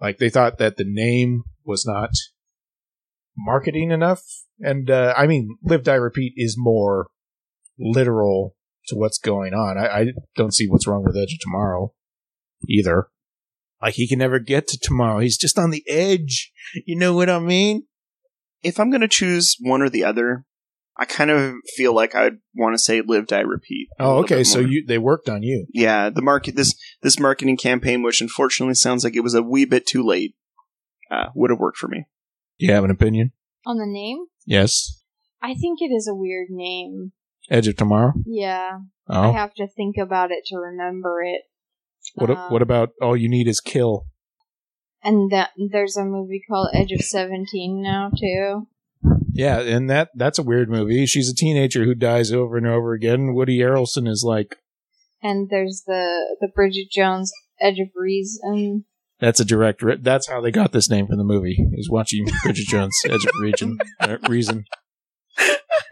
Speaker 1: like they thought that the name was not marketing enough and uh, i mean live die repeat is more literal to what's going on I, I don't see what's wrong with edge of tomorrow either like he can never get to tomorrow. He's just on the edge. You know what I mean?
Speaker 3: If I'm gonna choose one or the other, I kind of feel like I'd want to say "Live, Die, Repeat." a
Speaker 1: Oh,
Speaker 3: little
Speaker 1: okay.
Speaker 3: bit
Speaker 1: So
Speaker 3: more.
Speaker 1: you they worked on you.
Speaker 3: yeah the market this this marketing campaign which unfortunately sounds like it was a wee bit too late uh, would have worked for me
Speaker 1: You have an opinion?
Speaker 2: On the name?
Speaker 1: Yes.
Speaker 2: I think it is a weird name.
Speaker 1: Edge of tomorrow.
Speaker 2: Yeah. I
Speaker 1: Oh,
Speaker 2: have to think about it to remember it.
Speaker 1: what
Speaker 2: uh,
Speaker 1: what about all you need is kill?
Speaker 2: And that there's a movie called Edge of Seventeen now too.
Speaker 1: Yeah, and that that's a weird movie. She's a teenager who dies over and over again. Woody Harrelson is like
Speaker 2: And there's the the Bridget Jones Edge of Reason. *laughs*
Speaker 1: that's a direct. Re- that's how they got this name for the movie. Is watching *laughs* Bridget Jones Edge of Region uh, Reason,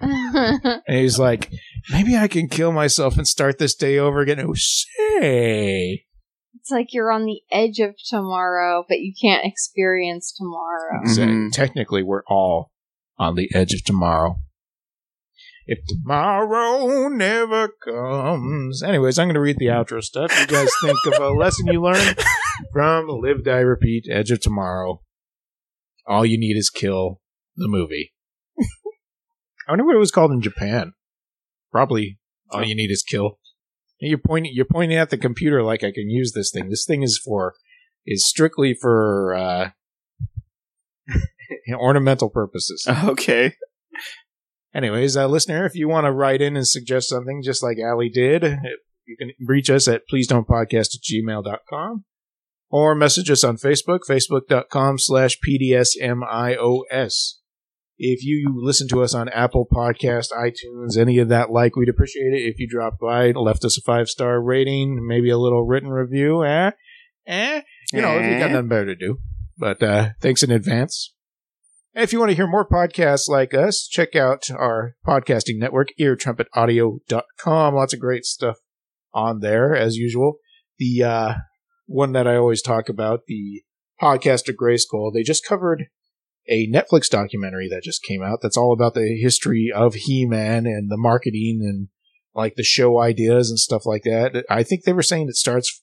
Speaker 1: and he's like, maybe I can kill myself and start this day over again. Oh, say.
Speaker 2: It's like you're on the edge of tomorrow, but you can't experience
Speaker 1: *laughs*
Speaker 2: tomorrow.
Speaker 3: Mhm.
Speaker 1: So technically, we're all on the edge of tomorrow. If tomorrow never comes. Anyways, I'm going to read the outro stuff. You guys think of a lesson you learned from Live, Die, Repeat, Edge of Tomorrow. All you need is kill the movie. *laughs* I wonder what it was called in Japan. Probably all you need is kill. You're pointing. You're pointing at the computer like I can use this thing. This thing is for is strictly for uh, *laughs* ornamental purposes.
Speaker 3: Oh. okay
Speaker 1: Anyways, uh, listener, if you want to write in and suggest something, just like Allie did, You can reach us at please don't podcast at gmail.com or message us on Facebook, facebook.com slash PDSMIOS. If you listen to us on Apple Podcast, iTunes, any of that like, we'd appreciate it if you dropped by, left us a five star rating, maybe a little written review. Eh? Eh? You know, if you got
Speaker 3: Eh?
Speaker 1: nothing better to do. But uh, thanks in advance. If you want to hear more podcasts like us, check out our podcasting network, eartrumpetaudio.com. Lots of great stuff on there, as usual. The uh, one that I always talk about, the podcaster Grace Cole, they just covered a Netflix documentary that just came out that's all about the history of He Man and the marketing and like the show ideas and stuff like that. I think they were saying it starts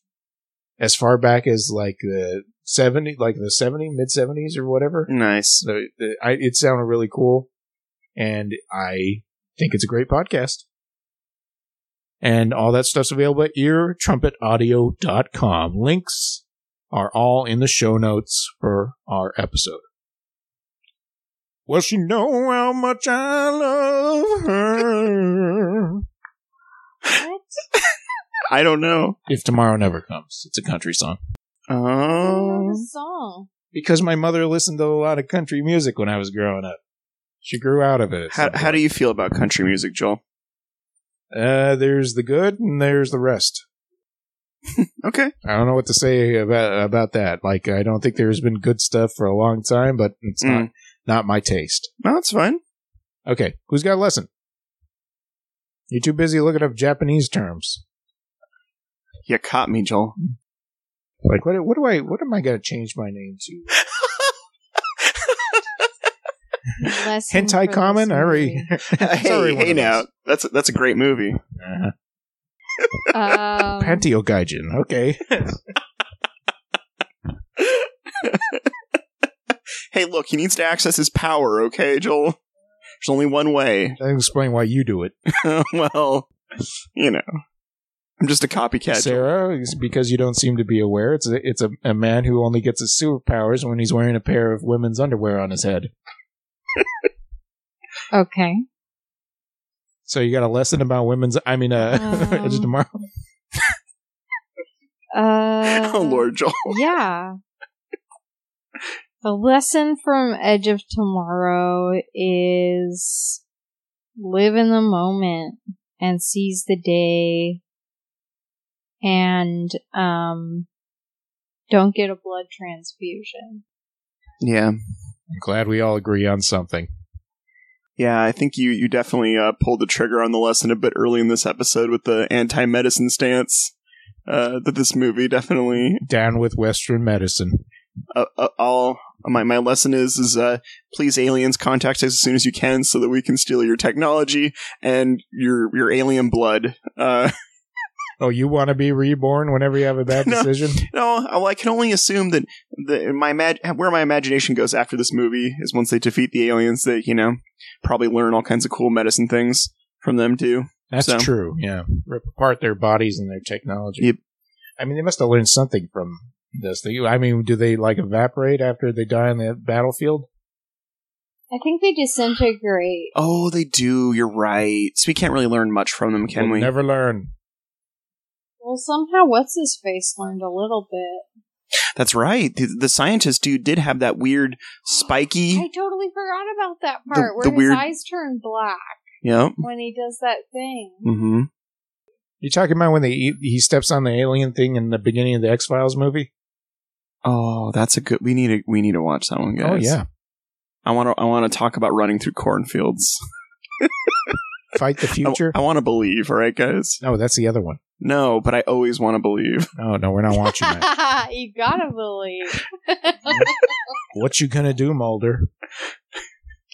Speaker 1: as far back as like the 70, like the 70, mid 70s or whatever.
Speaker 3: Nice.
Speaker 1: So it, I, it sounded really cool, and I think it's a great podcast. And all that stuff's available at eartrumpetaudio.com. Links are all in the show notes for our episode. Well, she know how much I love her.
Speaker 2: What?
Speaker 3: I don't know.
Speaker 1: If tomorrow never comes, it's a country song.
Speaker 2: I don't know
Speaker 1: Um,
Speaker 3: Oh,
Speaker 2: the song.
Speaker 1: Because my mother listened to a lot of country music when I was growing up. She grew out of it.
Speaker 3: how, how do you feel about country music, Joel?
Speaker 1: Uh, there's the good and there's the rest.
Speaker 3: Okay.
Speaker 1: I don't know what to say about about that. Like, I don't think there's been good stuff for a long time, but it's not not my taste.
Speaker 3: No, that's fine.
Speaker 1: Okay, who's got a lesson? You're too busy looking up Japanese terms.
Speaker 3: You caught me, Joel. *laughs*
Speaker 1: Like, what what do I what am I gonna change my name to?
Speaker 2: Lesson
Speaker 1: Hentai
Speaker 2: for
Speaker 1: common?
Speaker 2: this
Speaker 1: I already- *laughs*
Speaker 2: movie.
Speaker 3: hey,
Speaker 1: Sorry, one
Speaker 3: hey
Speaker 1: of
Speaker 3: now.
Speaker 1: those.
Speaker 3: That's a, that's a great movie.
Speaker 1: Uh,
Speaker 2: Um,
Speaker 1: Panteo gaijin. Okay,
Speaker 3: Hey, look, he needs to access his power, okay, Joel? There's only one way.
Speaker 1: that explain why you do it,
Speaker 3: *laughs* well, you know. I'm just a copycat. Joel.
Speaker 1: Sarah. It's because you don't seem to be aware. It's a, it's a, a man who only gets his superpowers when he's wearing a pair of women's underwear on his head.
Speaker 2: Okay.
Speaker 1: So you got a lesson about women's. I mean, uh,
Speaker 2: Um,
Speaker 1: *laughs* Edge of Tomorrow.
Speaker 2: Uh,
Speaker 3: *laughs* *laughs* Oh, Lord, Joel.
Speaker 2: Yeah. The lesson from Edge of Tomorrow is live in the moment and seize the day and um don't get a blood transfusion.
Speaker 3: Yeah.
Speaker 1: I'm glad we all agree on something.
Speaker 3: Yeah, I think you, you definitely uh, pulled the trigger on the lesson a bit early in this episode with the anti medicine stance. Uh, that this movie definitely
Speaker 1: Down with Western medicine.
Speaker 3: uh, uh, all my my lesson is is uh, please aliens contact us as soon as you can so that we can steal your technology and your your alien blood. Uh,
Speaker 1: Oh, you want to be reborn whenever you have a bad
Speaker 3: *laughs* No.
Speaker 1: decision?
Speaker 3: no, well, I can only assume that the, my mag- where my imagination goes after this movie is once they defeat the aliens. That you know probably learn all kinds of cool medicine things from them too.
Speaker 1: That's
Speaker 3: So-
Speaker 1: true. Yeah. Rip apart their bodies and their technology.
Speaker 3: Yep.
Speaker 1: I mean, they must have learned something from this. They- I mean, do they like evaporate after they die on the battlefield?
Speaker 2: I think they disintegrate.
Speaker 3: Oh, they do. You're right. So we can't really learn much from them, can
Speaker 1: We'll
Speaker 3: we?
Speaker 1: never learn?
Speaker 2: Well, somehow what's his face learned a little bit.
Speaker 3: That's right. The, the scientist dude did have that weird spiky.
Speaker 2: I totally forgot about that
Speaker 3: Mm. The-
Speaker 2: part where
Speaker 3: the
Speaker 2: his
Speaker 3: weird-
Speaker 2: eyes turn black
Speaker 3: Yep.
Speaker 2: when he does that thing.
Speaker 3: Mm-hmm.
Speaker 1: You talking about when they eat, he steps on the alien thing in the beginning of the X Files movie?
Speaker 3: Oh, that's a good. We need to we need to watch that one, guys.
Speaker 1: Oh yeah,
Speaker 3: I want to I want to talk about running through cornfields.
Speaker 1: fight
Speaker 3: *laughs*
Speaker 1: the
Speaker 3: I-
Speaker 1: future.
Speaker 3: I, want to believe, all right, guys.
Speaker 1: No, that's the other one.
Speaker 3: No, but I always want to believe.
Speaker 1: No, no, we're not watching
Speaker 3: *laughs*
Speaker 1: that.
Speaker 2: *laughs* you gotta believe.
Speaker 1: What you gonna do, Mulder?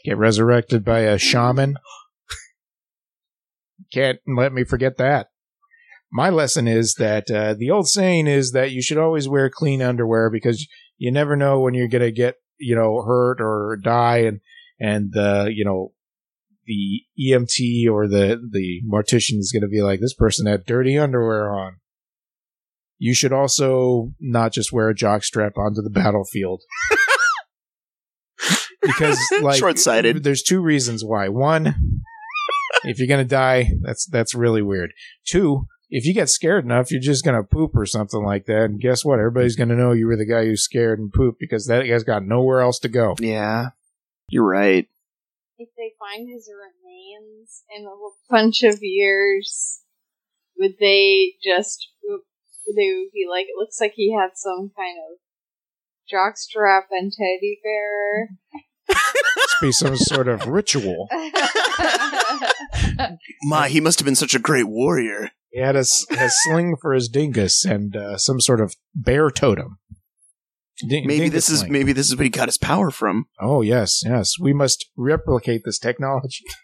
Speaker 1: Get resurrected by a shaman? Can't let me forget that. My lesson is that uh, the old saying is that you should always wear clean underwear because you never know when you're gonna get you know hurt or die, and and uh, you know the EMT or the the mortician is gonna be like this person had dirty underwear on. You should also not just wear a jockstrap onto the battlefield
Speaker 3: *laughs*
Speaker 1: because like
Speaker 3: Short-sighted.
Speaker 1: There's two reasons why. One, if you're gonna die, that's that's really weird. Two, if you get scared enough, you're just gonna poop or something like that. And guess what? Everybody's gonna know you were the guy who scared and pooped because that guy's got nowhere else to go.
Speaker 3: Yeah. You're right.
Speaker 2: If they find his remains in a bunch of years, would they just they would be like, it looks like he had some kind of jockstrap and teddy bear.
Speaker 1: Must be some sort of ritual.
Speaker 3: Ma, he must have been such a great warrior.
Speaker 1: He had a, s- a sling for his dingus and uh, some sort of bear totem. Ding-
Speaker 3: Maybe
Speaker 1: dingus
Speaker 3: this is
Speaker 1: sling.
Speaker 3: maybe this is what he got his power from.
Speaker 1: Oh yes, yes. We must replicate this technology. *laughs*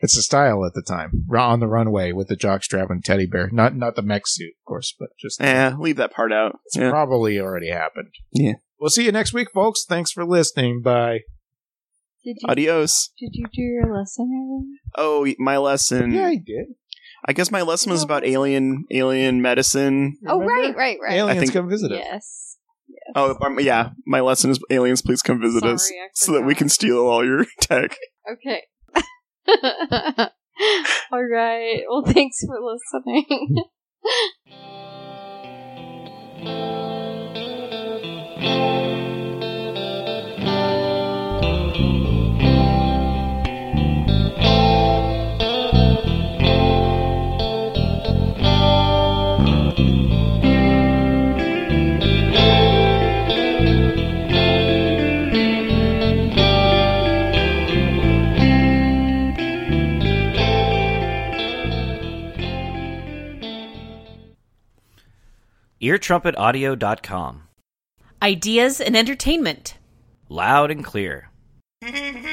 Speaker 1: It's a style at the time, Ra- on the runway with the jockstrap and teddy bear. Not not the mech suit, of course, but just
Speaker 3: Yeah, leave that part out.
Speaker 1: it's
Speaker 3: Eh, Yeah.
Speaker 1: probably already happened.
Speaker 3: Yeah.
Speaker 1: We'll see you next week, folks. Thanks for listening. Bye.
Speaker 2: did you
Speaker 3: Adios.
Speaker 2: did you do your lesson?
Speaker 3: Oh, my lesson.
Speaker 1: yeah, I did.
Speaker 3: I guess my lesson was about alien alien medicine.
Speaker 2: Erin? Oh right,
Speaker 1: Remember?
Speaker 2: right, right.
Speaker 1: Aliens
Speaker 3: I think-
Speaker 1: come visit us.
Speaker 2: Yes. yes.
Speaker 3: Oh, um, yeah. My lesson is aliens, please come visit
Speaker 2: Sorry,
Speaker 3: us
Speaker 2: I
Speaker 3: so that we
Speaker 2: forgot.
Speaker 3: can steal all your *laughs* tech.
Speaker 2: Okay. *laughs* All right. Well, thanks for listening.
Speaker 4: eartrumpetaudio.com.
Speaker 5: Ideas and entertainment.
Speaker 4: Loud and clear.
Speaker 6: Thank you.